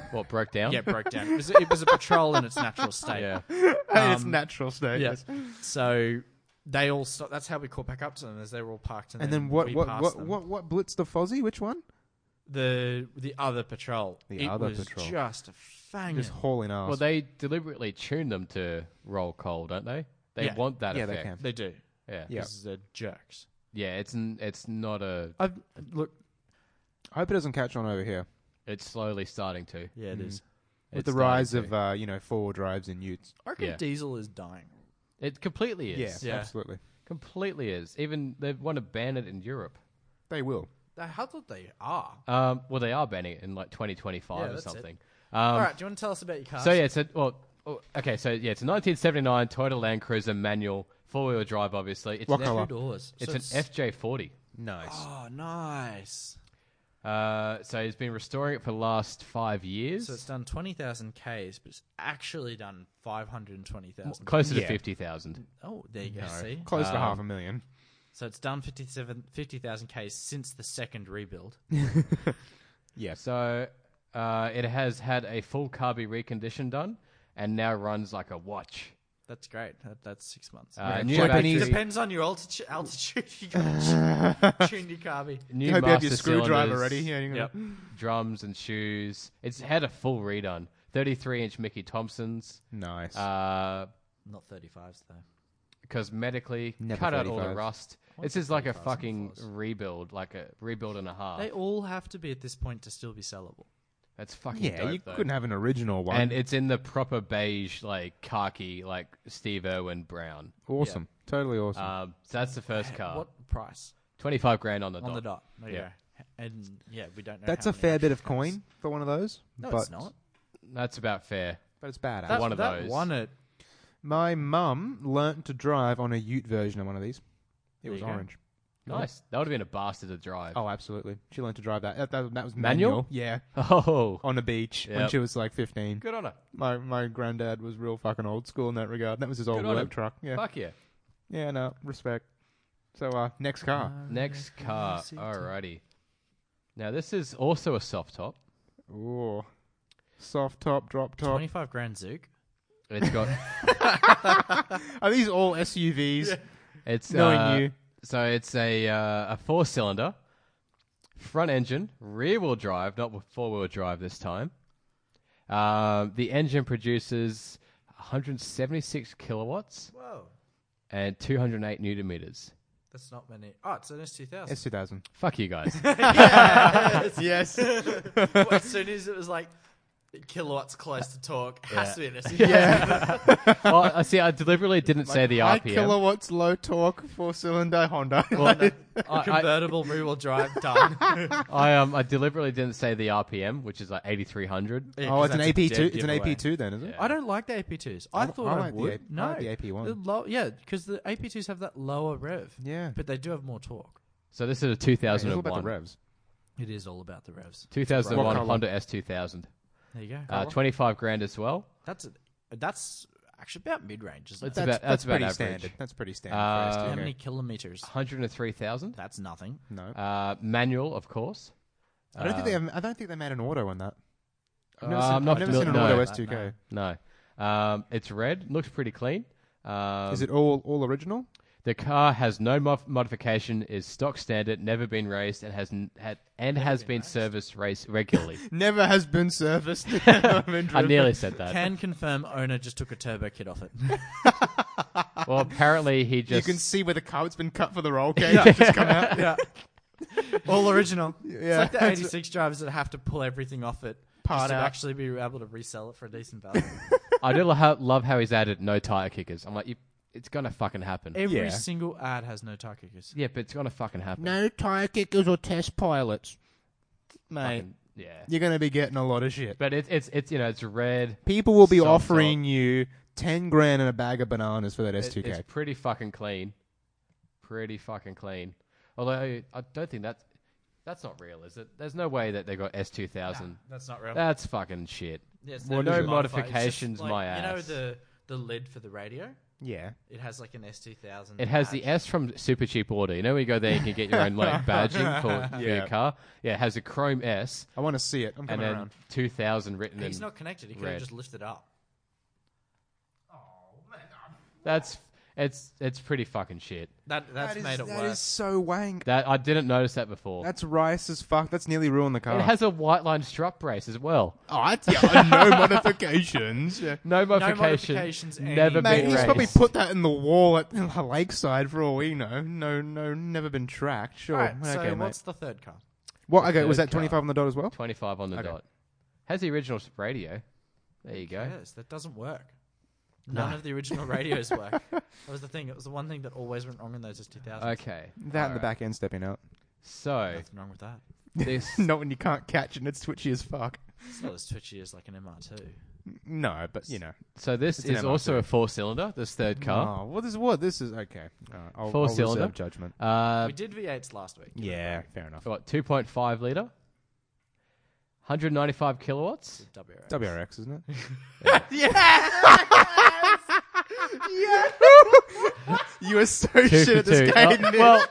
[SPEAKER 3] What broke down?
[SPEAKER 4] Yeah, it broke down. It was, it was a patrol in its natural state.
[SPEAKER 3] Yeah.
[SPEAKER 2] In its
[SPEAKER 4] Um,
[SPEAKER 2] natural state.
[SPEAKER 4] Yeah.
[SPEAKER 2] yes.
[SPEAKER 4] So they all stopped. That's how we caught back up to them, as they were all parked. And,
[SPEAKER 2] And then what
[SPEAKER 4] we
[SPEAKER 2] what
[SPEAKER 4] passed
[SPEAKER 2] what,
[SPEAKER 4] them.
[SPEAKER 2] what what blitzed the Fozzie? Which one?
[SPEAKER 4] The the other patrol.
[SPEAKER 2] The
[SPEAKER 4] it
[SPEAKER 2] other
[SPEAKER 4] was
[SPEAKER 2] patrol.
[SPEAKER 4] Just a fang.
[SPEAKER 2] Just hauling ass.
[SPEAKER 3] Well, they deliberately tune them to roll coal, don't they? They
[SPEAKER 4] Yeah.
[SPEAKER 3] want that
[SPEAKER 2] Yeah, they
[SPEAKER 3] effect.
[SPEAKER 2] can.
[SPEAKER 4] They do.
[SPEAKER 3] Yeah.
[SPEAKER 2] Yeah.
[SPEAKER 4] Because they're jerks.
[SPEAKER 3] Yeah, it's n- it's not a.
[SPEAKER 2] I've, look, I hope it doesn't catch on over here
[SPEAKER 3] It's slowly starting to.
[SPEAKER 4] Yeah, it is.
[SPEAKER 2] with
[SPEAKER 3] It's
[SPEAKER 2] the rise
[SPEAKER 3] starting
[SPEAKER 2] of uh, you know four drives and Utes.
[SPEAKER 4] I reckon
[SPEAKER 3] Yeah.
[SPEAKER 4] Diesel is dying.
[SPEAKER 3] to. It completely is.
[SPEAKER 2] Yeah,
[SPEAKER 4] Yeah.
[SPEAKER 2] absolutely.
[SPEAKER 3] Completely is. Even they want to ban it in Europe.
[SPEAKER 2] They will.
[SPEAKER 4] How thought they are.
[SPEAKER 3] Um, well, they are banning it in like 2025
[SPEAKER 4] Yeah,
[SPEAKER 3] or
[SPEAKER 4] that's it.
[SPEAKER 3] something.
[SPEAKER 4] all
[SPEAKER 3] Um,
[SPEAKER 4] right. Do you want to tell us about your car?
[SPEAKER 3] So yeah, it's a well, oh, okay. So yeah, it's a 1979 Toyota Land Cruiser manual, four wheel drive. Obviously, it's
[SPEAKER 2] What
[SPEAKER 3] an
[SPEAKER 2] colour?
[SPEAKER 4] Two
[SPEAKER 3] F-
[SPEAKER 4] doors.
[SPEAKER 3] it's
[SPEAKER 4] So
[SPEAKER 3] an FJ40.
[SPEAKER 2] Nice.
[SPEAKER 4] Oh, nice.
[SPEAKER 3] Uh, so he's been restoring it for the last five years,
[SPEAKER 4] So it's done 20,000 Ks, but it's actually done 520,000.
[SPEAKER 3] closer to
[SPEAKER 2] Yeah.
[SPEAKER 3] fifty thousand.
[SPEAKER 4] Oh, there you go. See?
[SPEAKER 2] Close to
[SPEAKER 3] Um,
[SPEAKER 2] half a million.
[SPEAKER 4] So it's done 57 50,000 Ks since the second rebuild.
[SPEAKER 3] So uh, it has had a full carby recondition done, and now runs like a watch.
[SPEAKER 4] That's great. That, that's six months.
[SPEAKER 3] Uh, new
[SPEAKER 2] Japanese-
[SPEAKER 3] battery,
[SPEAKER 4] Depends on your altitu- altitude. You got to tune your car. be-
[SPEAKER 3] new
[SPEAKER 2] hope you have
[SPEAKER 3] master
[SPEAKER 2] your screwdriver
[SPEAKER 3] cylinders,
[SPEAKER 2] ready. Yeah, you're gonna-
[SPEAKER 4] Yep.
[SPEAKER 3] drums and shoes. It's had a full redone. 33 inch Mickey Thompsons.
[SPEAKER 2] Nice.
[SPEAKER 3] Uh,
[SPEAKER 4] Not 35s, though.
[SPEAKER 3] cosmetically,
[SPEAKER 2] Never
[SPEAKER 3] cut out all the
[SPEAKER 2] 35s.
[SPEAKER 3] rust. This is like a fucking rebuild, like a rebuild and a
[SPEAKER 2] Oh.
[SPEAKER 3] half.
[SPEAKER 4] They all have to be at this point to still be sellable.
[SPEAKER 3] That's fucking
[SPEAKER 2] yeah,
[SPEAKER 3] dope,
[SPEAKER 2] you
[SPEAKER 3] though.
[SPEAKER 2] couldn't have an original one.
[SPEAKER 3] And it's in the proper beige, like khaki, like Steve Irwin brown.
[SPEAKER 2] awesome. Totally awesome.
[SPEAKER 3] Um, so that's the first car.
[SPEAKER 4] What price?
[SPEAKER 3] 25 grand on the
[SPEAKER 4] On
[SPEAKER 3] dot.
[SPEAKER 4] the dot. There you
[SPEAKER 3] Yeah.
[SPEAKER 4] go. And yeah, we don't know.
[SPEAKER 2] That's
[SPEAKER 4] how
[SPEAKER 2] a
[SPEAKER 4] many
[SPEAKER 2] fair bit
[SPEAKER 4] actually
[SPEAKER 2] of
[SPEAKER 4] cars.
[SPEAKER 2] coin for one of those.
[SPEAKER 4] No,
[SPEAKER 2] but,
[SPEAKER 4] it's not.
[SPEAKER 3] That's about fair.
[SPEAKER 2] But it's badass.
[SPEAKER 4] That,
[SPEAKER 3] one of
[SPEAKER 4] that
[SPEAKER 3] those.
[SPEAKER 4] One at
[SPEAKER 2] My mum learnt to drive on a Ute version of one of these. It
[SPEAKER 4] There
[SPEAKER 2] was
[SPEAKER 4] you go.
[SPEAKER 2] orange.
[SPEAKER 3] Nice. That would have been a bastard to drive.
[SPEAKER 2] Oh, absolutely. She learnt to drive that. That, that, that was
[SPEAKER 3] Manual?
[SPEAKER 2] manual. Yeah,
[SPEAKER 3] Oh.
[SPEAKER 2] on a beach when
[SPEAKER 3] Yep.
[SPEAKER 2] she was like 15.
[SPEAKER 3] Good on her.
[SPEAKER 2] My my granddad was real fucking old school in that regard. That was his old
[SPEAKER 3] Good on
[SPEAKER 2] work
[SPEAKER 3] him.
[SPEAKER 2] truck. Yeah,
[SPEAKER 3] Fuck yeah.
[SPEAKER 2] yeah, no respect. So uh, next car.
[SPEAKER 3] Next car. Alrighty. Now, this is also a soft top.
[SPEAKER 2] Ooh, soft top, drop top.
[SPEAKER 4] 25 grand Zook.
[SPEAKER 3] It's got.
[SPEAKER 2] Are these all SUVs?
[SPEAKER 3] It's
[SPEAKER 2] Knowing
[SPEAKER 3] uh,
[SPEAKER 2] you.
[SPEAKER 3] So it's a uh, a four cylinder, front engine, rear wheel drive, not four wheel drive this time. Um, the engine produces 176 kilowatts
[SPEAKER 4] Whoa.
[SPEAKER 3] and 208 newton meters.
[SPEAKER 4] That's not many. Oh, it's an S2000.
[SPEAKER 2] S two thousand.
[SPEAKER 3] Fuck you guys.
[SPEAKER 2] Yes.
[SPEAKER 4] Well, as soon as it was like kilowatts close to torque, has to be an S2000.
[SPEAKER 3] well, I see. I deliberately didn't say the
[SPEAKER 2] High
[SPEAKER 3] RPM.
[SPEAKER 2] kilowatts, low torque, four cylinder Honda.
[SPEAKER 3] I,
[SPEAKER 4] Convertible rear wheel drive done.
[SPEAKER 3] I, I, um, I deliberately didn't say the RPM, which is like 8300.
[SPEAKER 4] Yeah,
[SPEAKER 2] oh,
[SPEAKER 4] 'cause
[SPEAKER 2] it's an
[SPEAKER 4] that's a
[SPEAKER 2] AP two.
[SPEAKER 4] dead
[SPEAKER 2] It's an
[SPEAKER 4] giveaway.
[SPEAKER 2] AP two then, is it?
[SPEAKER 4] I don't like the AP2s. I,
[SPEAKER 2] I-
[SPEAKER 4] thought
[SPEAKER 2] I
[SPEAKER 4] I,
[SPEAKER 2] like the
[SPEAKER 4] would.
[SPEAKER 2] A- I
[SPEAKER 4] no,
[SPEAKER 2] like the AP1.
[SPEAKER 4] The low, yeah, because the AP2s have that lower rev.
[SPEAKER 2] Yeah.
[SPEAKER 4] but they do have more torque.
[SPEAKER 3] So this is a
[SPEAKER 2] It's all about the
[SPEAKER 3] 2001.
[SPEAKER 2] revs.
[SPEAKER 4] It is all about the revs.
[SPEAKER 3] 2001
[SPEAKER 2] What colour?
[SPEAKER 3] Honda S2000.
[SPEAKER 4] There you go.
[SPEAKER 3] Uh, 25 grand as well.
[SPEAKER 4] that's a, that's actually about mid range, isn't it?
[SPEAKER 3] It's about- that's about
[SPEAKER 2] pretty
[SPEAKER 3] average.
[SPEAKER 2] standard. That's pretty standard.
[SPEAKER 3] Uh,
[SPEAKER 2] for
[SPEAKER 4] How
[SPEAKER 2] SUV.
[SPEAKER 4] many kilometers?
[SPEAKER 3] 103,000.
[SPEAKER 4] That's nothing.
[SPEAKER 2] No,
[SPEAKER 3] Uh, manual, of course.
[SPEAKER 2] I don't think they. Have, I don't think they made an auto on that. I've never
[SPEAKER 3] Uh,
[SPEAKER 2] seen,
[SPEAKER 3] I'm
[SPEAKER 2] I've
[SPEAKER 3] not
[SPEAKER 2] never
[SPEAKER 3] familiar-
[SPEAKER 2] seen an
[SPEAKER 3] no.
[SPEAKER 2] auto S two K.
[SPEAKER 3] No. Um, it's red. Looks pretty clean. Um,
[SPEAKER 2] Is it all all original?
[SPEAKER 3] The car has no mod- modification, is stock standard, never been raced, and has n- had and has been, serviced race regularly.
[SPEAKER 2] Never has been serviced.
[SPEAKER 3] I nearly said that.
[SPEAKER 4] Can confirm owner just took a turbo kit off it.
[SPEAKER 3] Well, apparently he
[SPEAKER 2] You
[SPEAKER 3] just
[SPEAKER 2] can see where the card's been cut for the roll cage. It's just come out.
[SPEAKER 4] yeah. All original.
[SPEAKER 2] Yeah.
[SPEAKER 4] It's like the 86 drivers that have to pull everything off it
[SPEAKER 2] Part
[SPEAKER 4] just to
[SPEAKER 2] out.
[SPEAKER 4] actually be able to resell it for a decent value.
[SPEAKER 3] I do lo- love how he's added no tire kickers. I'm like, you, It's gonna fucking happen.
[SPEAKER 4] Every
[SPEAKER 2] Yeah.
[SPEAKER 4] single ad has no tire kickers.
[SPEAKER 3] yeah, but it's gonna fucking happen.
[SPEAKER 2] No tire kickers or test pilots, mate.
[SPEAKER 3] Fucking- yeah.
[SPEAKER 2] You're going to be getting a lot of shit.
[SPEAKER 3] But it's it's it's you know it's red.
[SPEAKER 2] People will be
[SPEAKER 3] Soft
[SPEAKER 2] offering you ten grand and a bag of bananas for that
[SPEAKER 3] It-
[SPEAKER 2] S2K.
[SPEAKER 3] It's pretty fucking clean. Pretty fucking clean. Although I don't think that's that's not real, is it? There's no way that they got S two thousand.
[SPEAKER 4] That's not real.
[SPEAKER 3] That's fucking shit.
[SPEAKER 4] Yes,
[SPEAKER 3] Well,
[SPEAKER 4] there
[SPEAKER 3] no
[SPEAKER 4] is a modifier. It's just
[SPEAKER 3] modifications,
[SPEAKER 4] like,
[SPEAKER 3] my
[SPEAKER 4] You know
[SPEAKER 3] ass.
[SPEAKER 4] the the lid for the radio.
[SPEAKER 2] yeah.
[SPEAKER 4] It has like an S two thousand.
[SPEAKER 3] It has the S from Super Cheap Auto. You know when you go there, you can get your own like badging for, for
[SPEAKER 2] Yeah.
[SPEAKER 3] your car. Yeah, it has a chrome S
[SPEAKER 2] I want to see it. I'm
[SPEAKER 3] and
[SPEAKER 2] coming
[SPEAKER 3] then
[SPEAKER 2] around.
[SPEAKER 3] two thousand written.
[SPEAKER 4] He's
[SPEAKER 3] in-
[SPEAKER 4] not connected. He could have
[SPEAKER 3] red.
[SPEAKER 4] just lifted up.
[SPEAKER 3] That's it's it's pretty fucking shit.
[SPEAKER 4] That that's
[SPEAKER 2] That is-
[SPEAKER 4] made it
[SPEAKER 2] that is
[SPEAKER 4] worse.
[SPEAKER 2] so wank.
[SPEAKER 3] That I didn't notice that before.
[SPEAKER 2] That's rice as fuck. That's nearly ruined the car.
[SPEAKER 3] it has a white line strut brace as well.
[SPEAKER 2] oh, that's, yeah, no modifications. Yeah.
[SPEAKER 3] No modification.
[SPEAKER 4] modifications, any-
[SPEAKER 3] never
[SPEAKER 2] Mate,
[SPEAKER 3] been
[SPEAKER 2] he's
[SPEAKER 3] raced.
[SPEAKER 2] probably put that in the wall at the lakeside for all we know. No, no, never been tracked. Sure.
[SPEAKER 4] Alright, so
[SPEAKER 2] okay, mate.
[SPEAKER 4] what's the third car?
[SPEAKER 2] What? Okay, was
[SPEAKER 3] third
[SPEAKER 2] that 25
[SPEAKER 3] car?
[SPEAKER 2] on the dot as well?
[SPEAKER 3] Twenty five on the
[SPEAKER 2] Okay.
[SPEAKER 3] dot. Has the original s- radio. There you go.
[SPEAKER 4] Yes, that doesn't work. None of the original radios work. That was the thing. It was the one thing that always went wrong in those S two thousand.
[SPEAKER 3] Okay.
[SPEAKER 2] That and the back end stepping out.
[SPEAKER 3] So
[SPEAKER 4] Nothing wrong with that.
[SPEAKER 3] this
[SPEAKER 2] Not when you can't catch and it's twitchy as fuck.
[SPEAKER 4] It's not as twitchy as like an MR two.
[SPEAKER 2] No, but you know.
[SPEAKER 3] so this
[SPEAKER 2] an
[SPEAKER 3] is also
[SPEAKER 2] MR2.
[SPEAKER 3] a four cylinder. This third car.
[SPEAKER 2] Oh, well, this is what this is. Okay, All right, I'll,
[SPEAKER 3] Four
[SPEAKER 2] I'll reserve
[SPEAKER 3] cylinder.
[SPEAKER 2] judgment.
[SPEAKER 3] Uh,
[SPEAKER 4] we did V eights last week.
[SPEAKER 2] Yeah, fair enough.
[SPEAKER 3] what two point five liter. One hundred ninety five kilowatts.
[SPEAKER 4] WRX.
[SPEAKER 2] WRX, isn't it? yeah. you are so shit at this game.
[SPEAKER 3] Uh, well,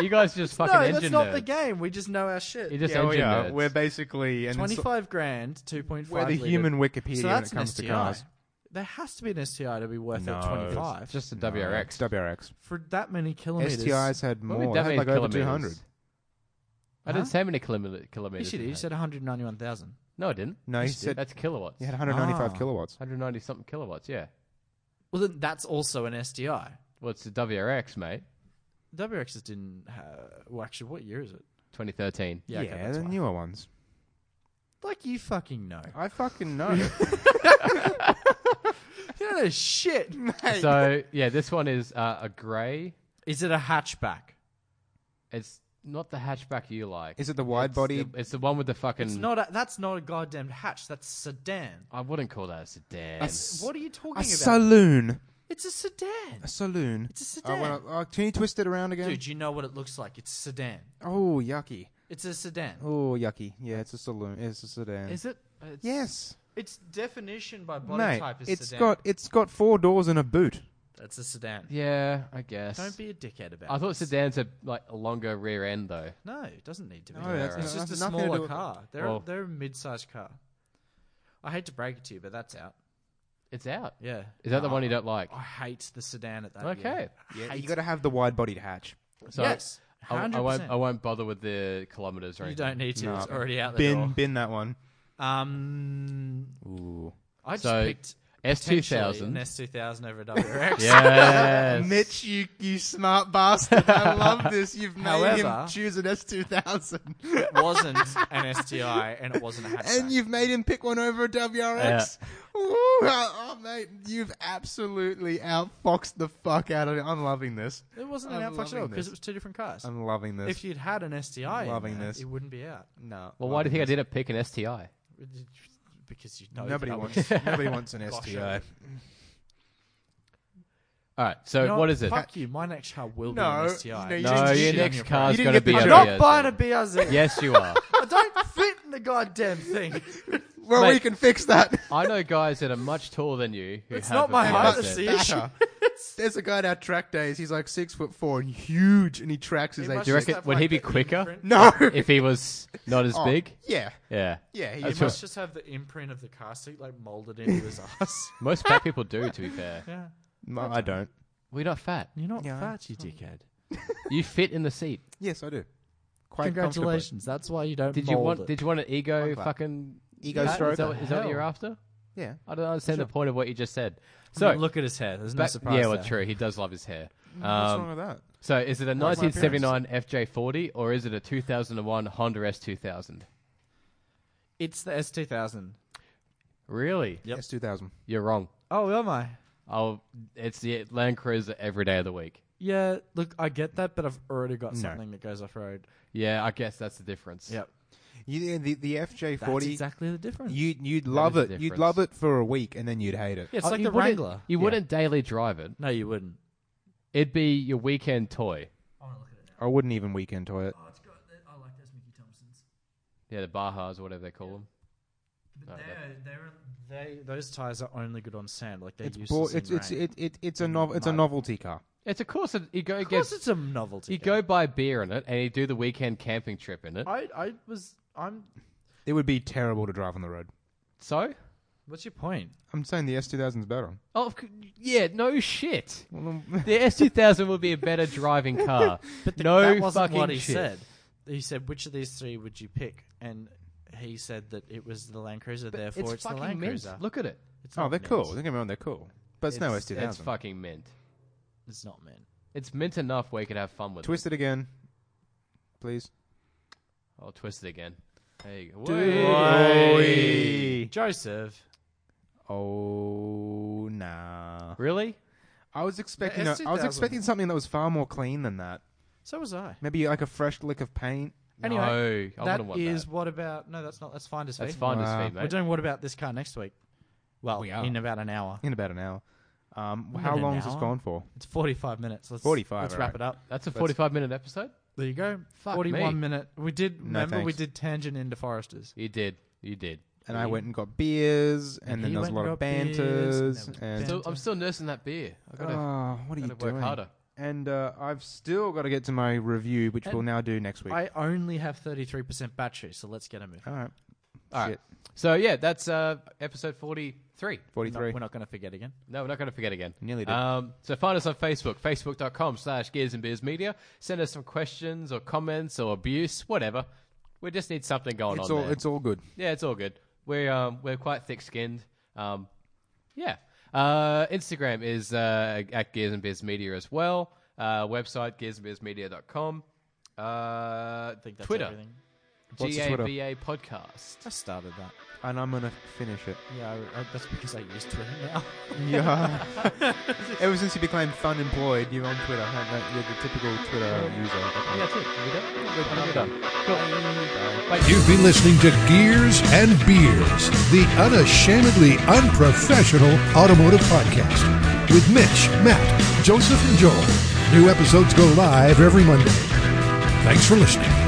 [SPEAKER 3] you guys just fucking
[SPEAKER 4] No,
[SPEAKER 3] engine
[SPEAKER 4] that's not
[SPEAKER 3] nerds.
[SPEAKER 4] the game. We just know our shit.
[SPEAKER 3] You just
[SPEAKER 2] yeah,
[SPEAKER 3] engine
[SPEAKER 2] we are.
[SPEAKER 3] nerds.
[SPEAKER 2] We're basically an
[SPEAKER 4] Twenty
[SPEAKER 2] enso-
[SPEAKER 4] five grand, two point
[SPEAKER 2] we're
[SPEAKER 4] five.
[SPEAKER 2] the human Wikipedia
[SPEAKER 4] So
[SPEAKER 2] when
[SPEAKER 4] that's
[SPEAKER 2] it
[SPEAKER 4] an
[SPEAKER 2] comes to
[SPEAKER 4] STI.
[SPEAKER 2] cars.
[SPEAKER 4] There has to be an STI to be worth
[SPEAKER 2] No.
[SPEAKER 4] at twenty five.
[SPEAKER 3] It's just a
[SPEAKER 2] No,
[SPEAKER 3] WRX.
[SPEAKER 2] it's WRX.
[SPEAKER 4] for that many kilometers.
[SPEAKER 2] STIs had
[SPEAKER 3] What would
[SPEAKER 2] more.
[SPEAKER 3] that
[SPEAKER 2] That had
[SPEAKER 3] mean
[SPEAKER 2] like
[SPEAKER 3] in
[SPEAKER 2] over
[SPEAKER 3] kilometers?
[SPEAKER 2] 200.
[SPEAKER 3] I didn't say how many kilome-
[SPEAKER 4] You
[SPEAKER 3] kilometers.
[SPEAKER 4] should.
[SPEAKER 3] it
[SPEAKER 4] You
[SPEAKER 3] had.
[SPEAKER 4] said one hundred ninety one thousand.
[SPEAKER 3] no, I didn't.
[SPEAKER 2] No, you
[SPEAKER 3] Yes,
[SPEAKER 2] said
[SPEAKER 3] that's kilowatts.
[SPEAKER 2] you had 195
[SPEAKER 4] Ah.
[SPEAKER 2] kilowatts.
[SPEAKER 3] 190 something kilowatts. Yeah.
[SPEAKER 4] Well, then that's also an STI.
[SPEAKER 3] Well, it's the WRX, mate.
[SPEAKER 4] WRXs didn't. Have, well, actually, what year is it?
[SPEAKER 3] 2013.
[SPEAKER 4] Yeah, okay, that's
[SPEAKER 2] the
[SPEAKER 4] why.
[SPEAKER 2] newer ones.
[SPEAKER 4] Like you fucking know.
[SPEAKER 2] I fucking know.
[SPEAKER 4] You don't know shit.
[SPEAKER 3] So yeah, this one is uh, a grey.
[SPEAKER 4] Is it a hatchback?
[SPEAKER 3] It's not the hatchback you like.
[SPEAKER 2] Is it the wide body?
[SPEAKER 3] It's the- it's the one with the fucking.
[SPEAKER 2] Mm.
[SPEAKER 4] It's not. A, that's not a goddamn hatch. That's a sedan.
[SPEAKER 3] I wouldn't call that a sedan.
[SPEAKER 4] What are you talking
[SPEAKER 2] A
[SPEAKER 4] about?
[SPEAKER 2] saloon.
[SPEAKER 4] it's a sedan,
[SPEAKER 2] A saloon.
[SPEAKER 4] It's a
[SPEAKER 2] Oh,
[SPEAKER 4] sedan.
[SPEAKER 2] well, oh, can you twist it around again?
[SPEAKER 4] dude. You know what it looks like? It's a sedan.
[SPEAKER 2] Oh, yucky.
[SPEAKER 4] It's a sedan.
[SPEAKER 2] Oh, yucky. Yeah, it's a saloon. It's a sedan.
[SPEAKER 4] Is it? It's,
[SPEAKER 2] yes,
[SPEAKER 4] Its definition by body
[SPEAKER 2] mate.
[SPEAKER 4] type is
[SPEAKER 2] It's
[SPEAKER 4] sedan.
[SPEAKER 2] got it's got four doors and a boot.
[SPEAKER 4] That's a sedan.
[SPEAKER 3] yeah, I guess.
[SPEAKER 4] Don't be a dickhead about it.
[SPEAKER 3] I thought sedans are like a longer rear end though.
[SPEAKER 4] No, it doesn't need to be.
[SPEAKER 2] No, that's-
[SPEAKER 4] it's
[SPEAKER 2] no,
[SPEAKER 4] just a
[SPEAKER 2] that's nothing to do
[SPEAKER 4] smaller
[SPEAKER 2] with it.
[SPEAKER 4] car. They're
[SPEAKER 3] Well-
[SPEAKER 4] they're a mid-sized car. I hate to break it to you, but that's out.
[SPEAKER 3] It's out.
[SPEAKER 4] Yeah.
[SPEAKER 3] Is that the one you don't like?
[SPEAKER 4] I hate the sedan at that.
[SPEAKER 3] Okay.
[SPEAKER 4] year.
[SPEAKER 2] Yeah,
[SPEAKER 4] Hate
[SPEAKER 2] you got to have the wide-bodied hatch.
[SPEAKER 3] So
[SPEAKER 4] yes.
[SPEAKER 3] I, I
[SPEAKER 4] 100%.
[SPEAKER 3] won't. I won't bother with the kilometers or
[SPEAKER 4] you
[SPEAKER 3] anything.
[SPEAKER 4] don't need to.
[SPEAKER 2] No.
[SPEAKER 4] It's already out the
[SPEAKER 2] Bin
[SPEAKER 4] door.
[SPEAKER 2] bin that one.
[SPEAKER 4] Um,
[SPEAKER 2] Ooh,
[SPEAKER 4] I just
[SPEAKER 3] So,
[SPEAKER 4] picked potentially an
[SPEAKER 3] S2000.
[SPEAKER 4] S2000 over a WRX.
[SPEAKER 3] Yes.
[SPEAKER 2] Mitch, you you smart bastard! I love this. You've made him
[SPEAKER 4] However-
[SPEAKER 2] choose an S two thousand,
[SPEAKER 4] It wasn't an STI and it wasn't a hatchback.
[SPEAKER 2] and you've made him pick one over a WRX. Ooh, oh, oh, mate, you've absolutely outfoxed the fuck out of it. I'm loving this.
[SPEAKER 4] it wasn't an
[SPEAKER 2] I'm
[SPEAKER 4] outfox at all
[SPEAKER 2] loving this.
[SPEAKER 4] because it was two different cars.
[SPEAKER 2] I'm loving this.
[SPEAKER 4] if you'd had an STI, in
[SPEAKER 2] Loving
[SPEAKER 4] there,
[SPEAKER 2] this.
[SPEAKER 4] it wouldn't be out.
[SPEAKER 2] no,
[SPEAKER 3] Well, why do you think I
[SPEAKER 2] loving
[SPEAKER 3] didn't pick an STI?
[SPEAKER 4] Because you know
[SPEAKER 2] this. Nobody
[SPEAKER 4] that would-
[SPEAKER 2] wants nobody wants an
[SPEAKER 4] Gosh,
[SPEAKER 2] STI.
[SPEAKER 3] All right. So
[SPEAKER 4] You know
[SPEAKER 3] what is it?
[SPEAKER 4] Fuck you. My next car will
[SPEAKER 2] No,
[SPEAKER 4] be an STI.
[SPEAKER 2] no, you
[SPEAKER 3] No,
[SPEAKER 2] didn't
[SPEAKER 3] your
[SPEAKER 2] shit on
[SPEAKER 3] next
[SPEAKER 2] your
[SPEAKER 3] car's
[SPEAKER 2] price. You
[SPEAKER 3] got to
[SPEAKER 2] didn't
[SPEAKER 3] be
[SPEAKER 2] get
[SPEAKER 3] a
[SPEAKER 2] the
[SPEAKER 4] I'm
[SPEAKER 2] job.
[SPEAKER 3] BRZ.
[SPEAKER 4] not buying a BRZ.
[SPEAKER 3] Yes, you are.
[SPEAKER 4] I don't fit in the goddamn thing.
[SPEAKER 2] Well, we
[SPEAKER 3] Mate.
[SPEAKER 2] can fix that.
[SPEAKER 3] I know guys that are much taller than you. Who
[SPEAKER 4] It's
[SPEAKER 3] have
[SPEAKER 4] not
[SPEAKER 3] a
[SPEAKER 4] my height
[SPEAKER 3] BRZ.
[SPEAKER 4] to see.
[SPEAKER 2] Better. There's a guy at our track days. He's like six foot four and huge, and he tracks his age.
[SPEAKER 3] Do you reckon- would he be quicker?
[SPEAKER 2] No.
[SPEAKER 3] If he was not as
[SPEAKER 2] Oh,
[SPEAKER 3] big,
[SPEAKER 2] Yeah.
[SPEAKER 3] yeah,
[SPEAKER 2] Yeah. He,
[SPEAKER 4] He
[SPEAKER 3] That's
[SPEAKER 4] must just have the imprint of the car seat like molded into his ass.
[SPEAKER 3] most fat people do. To be fair,
[SPEAKER 4] Yeah.
[SPEAKER 2] no, I don't.
[SPEAKER 3] we're not fat.
[SPEAKER 4] You're not
[SPEAKER 2] Yeah.
[SPEAKER 4] fat, you dickhead.
[SPEAKER 3] You fit in the seat.
[SPEAKER 2] Yes, I do. Quite
[SPEAKER 4] Congratulations. That's why you don't
[SPEAKER 3] Did you
[SPEAKER 4] mold
[SPEAKER 3] want?
[SPEAKER 4] it.
[SPEAKER 3] Did you want an ego
[SPEAKER 2] clap.
[SPEAKER 3] fucking
[SPEAKER 2] Ego
[SPEAKER 3] pat?
[SPEAKER 2] stroke?
[SPEAKER 3] Is that, what- is that what you're
[SPEAKER 4] Hell.
[SPEAKER 3] after?
[SPEAKER 2] Yeah.
[SPEAKER 3] I don't understand the point of what you just said.
[SPEAKER 4] I
[SPEAKER 3] So
[SPEAKER 4] mean, look at his hair. There's no
[SPEAKER 3] back-
[SPEAKER 4] surprise
[SPEAKER 3] yeah, well,
[SPEAKER 4] there.
[SPEAKER 3] true. He does love his hair.
[SPEAKER 2] Mm, What's
[SPEAKER 3] Um,
[SPEAKER 2] wrong with that?
[SPEAKER 3] so, is it a
[SPEAKER 2] Like my
[SPEAKER 3] 1979 FJ40 or is it a 2001 Honda S2000?
[SPEAKER 4] It's the S2000.
[SPEAKER 3] Really?
[SPEAKER 4] Yep.
[SPEAKER 2] S two thousand.
[SPEAKER 3] You're wrong.
[SPEAKER 4] Oh, am I?
[SPEAKER 3] I'll. It's the Land Cruiser every day of the week.
[SPEAKER 4] Yeah, look, I get that, but I've already got something that goes off road.
[SPEAKER 3] Yeah, I guess that's the difference. Uh,
[SPEAKER 4] Yep.
[SPEAKER 2] You, the the FJ
[SPEAKER 4] That's
[SPEAKER 2] forty.
[SPEAKER 4] exactly the difference.
[SPEAKER 2] You you'd love
[SPEAKER 3] is the
[SPEAKER 2] it. You'd
[SPEAKER 3] difference.
[SPEAKER 2] love it for a week and then you'd hate it.
[SPEAKER 4] yeah, it's
[SPEAKER 3] Oh,
[SPEAKER 4] like
[SPEAKER 3] you
[SPEAKER 4] the
[SPEAKER 3] wouldn't-
[SPEAKER 4] Wrangler.
[SPEAKER 3] You wouldn't daily drive it.
[SPEAKER 4] No, you wouldn't.
[SPEAKER 3] It'd be your weekend toy.
[SPEAKER 2] I wouldn't even weekend toy it.
[SPEAKER 4] Oh, it's got. I like those Mickey Thompsons.
[SPEAKER 3] Yeah, the Bajas or whatever they call them.
[SPEAKER 4] But they're, they're, they, those tires are only good on sand. Like they're
[SPEAKER 2] It's bo-
[SPEAKER 4] useless in
[SPEAKER 2] it's it's
[SPEAKER 4] rain.
[SPEAKER 2] it, it, it's a novel it's a
[SPEAKER 4] mud.
[SPEAKER 2] novelty car.
[SPEAKER 3] It's a course that you go
[SPEAKER 4] Of course,
[SPEAKER 3] get.
[SPEAKER 4] it's a novelty.
[SPEAKER 3] You
[SPEAKER 4] guy.
[SPEAKER 3] go buy beer in it, and you do the weekend camping trip in it.
[SPEAKER 4] I, I was. I'm.
[SPEAKER 2] It would be terrible to drive on the road.
[SPEAKER 3] So,
[SPEAKER 4] What's your point?
[SPEAKER 2] I'm saying the S two thousand's better.
[SPEAKER 3] oh of cou- yeah, no shit.
[SPEAKER 2] Well,
[SPEAKER 3] The S two thousand would be a better driving car.
[SPEAKER 4] um, But th-
[SPEAKER 3] no
[SPEAKER 4] that wasn't
[SPEAKER 3] fucking
[SPEAKER 4] what he
[SPEAKER 3] shit.
[SPEAKER 4] said. He said, "Which of these three would you pick?" And he said that it was the Land Cruiser. therefore,
[SPEAKER 3] It's,
[SPEAKER 4] it's, the
[SPEAKER 3] fucking
[SPEAKER 4] Land
[SPEAKER 3] mint.
[SPEAKER 4] Cruiser.
[SPEAKER 3] Look at it.
[SPEAKER 4] it's
[SPEAKER 2] oh,
[SPEAKER 4] not
[SPEAKER 2] they're
[SPEAKER 4] mint.
[SPEAKER 2] cool. Don't get me wrong, they're cool. But it's, no S
[SPEAKER 4] It's-
[SPEAKER 2] two
[SPEAKER 3] It's
[SPEAKER 2] thousand.
[SPEAKER 3] fucking mint.
[SPEAKER 4] It's not mint.
[SPEAKER 3] It's mint enough where you could have fun with
[SPEAKER 2] Twist it again, please.
[SPEAKER 3] it. I'll twist it again. There you go.
[SPEAKER 2] Oi.
[SPEAKER 4] Joseph.
[SPEAKER 2] Oh nah.
[SPEAKER 3] Really?
[SPEAKER 2] I was expecting
[SPEAKER 4] The
[SPEAKER 2] a, I was
[SPEAKER 4] S2000.
[SPEAKER 2] expecting something that was far more clean than that.
[SPEAKER 4] So was I.
[SPEAKER 2] Maybe like a fresh lick of paint.
[SPEAKER 4] Anyway,
[SPEAKER 3] no, I
[SPEAKER 4] that
[SPEAKER 3] wouldn't want
[SPEAKER 4] is
[SPEAKER 3] that.
[SPEAKER 4] what about? No, that's not. That's fine to say.
[SPEAKER 3] That's fine
[SPEAKER 2] Wow.
[SPEAKER 3] as feet,
[SPEAKER 4] We're
[SPEAKER 3] mate.
[SPEAKER 4] doing what about this car next week? Well,
[SPEAKER 2] We are.
[SPEAKER 4] in about an hour.
[SPEAKER 2] in about an hour. Um,
[SPEAKER 4] In
[SPEAKER 2] how
[SPEAKER 4] an
[SPEAKER 2] long has this
[SPEAKER 4] hour?
[SPEAKER 2] gone for?
[SPEAKER 4] It's forty-five minutes. Let's
[SPEAKER 2] 45,
[SPEAKER 4] Let's
[SPEAKER 2] all
[SPEAKER 4] wrap
[SPEAKER 2] right.
[SPEAKER 4] it up.
[SPEAKER 3] That's a forty-five minute episode.
[SPEAKER 4] There you go.
[SPEAKER 3] Fuck
[SPEAKER 4] Forty-one
[SPEAKER 3] me.
[SPEAKER 4] minute. We did
[SPEAKER 2] No,
[SPEAKER 4] remember. we
[SPEAKER 2] thanks.
[SPEAKER 4] did tangent into Foresters.
[SPEAKER 3] You did. You did.
[SPEAKER 2] And I went and got beers, and,
[SPEAKER 4] And
[SPEAKER 2] then
[SPEAKER 4] he
[SPEAKER 2] there was a
[SPEAKER 4] went
[SPEAKER 2] lot
[SPEAKER 4] and
[SPEAKER 2] of
[SPEAKER 4] got beers,
[SPEAKER 2] banters.
[SPEAKER 4] and there was
[SPEAKER 2] And
[SPEAKER 3] Still,
[SPEAKER 4] Banter.
[SPEAKER 3] I'm still nursing that beer. I gotta,
[SPEAKER 2] oh, what are you
[SPEAKER 3] gotta work
[SPEAKER 2] doing?
[SPEAKER 3] harder.
[SPEAKER 2] And uh, I've still got to get to my review, which
[SPEAKER 4] And
[SPEAKER 2] we'll now do next week.
[SPEAKER 4] I only have thirty-three percent battery, so let's get a move.
[SPEAKER 2] All right,
[SPEAKER 3] All right.
[SPEAKER 2] Shit.
[SPEAKER 3] So yeah, that's uh, episode forty-three.
[SPEAKER 2] forty-three.
[SPEAKER 4] we're not going to forget again.
[SPEAKER 3] No, we're not going to forget again.
[SPEAKER 2] Nearly did.
[SPEAKER 3] Um, so find us on Facebook, facebook.com slash Gears and Beers Media. Send us some questions or comments or abuse, whatever. We just need something going
[SPEAKER 2] it's
[SPEAKER 3] on
[SPEAKER 2] all
[SPEAKER 3] there.
[SPEAKER 2] it's all good.
[SPEAKER 3] Yeah, it's all good. We're, um, we're quite thick-skinned. Um, yeah. Uh, Instagram is uh, at Gears and Beers Media as well. Uh, website, gearsandbeersmedia.com. Uh,
[SPEAKER 4] I think that's
[SPEAKER 3] Twitter,
[SPEAKER 4] everything.
[SPEAKER 2] What's the Twitter?
[SPEAKER 3] GABA Podcast.
[SPEAKER 4] I started that.
[SPEAKER 2] And I'm gonna finish it.
[SPEAKER 4] Yeah, I, I, that's because I use Twitter now.
[SPEAKER 2] Yeah. Ever since you became fun employed, you're on Twitter. and that- You're the typical Twitter user.
[SPEAKER 3] Yeah, that's it. Are we done? I'm done. Cool. Bye.
[SPEAKER 1] You've been listening to Gears and Beers, the unashamedly unprofessional automotive podcast with Mitch, Matt, Joseph, and Joel. New episodes go live every Monday. Thanks for listening.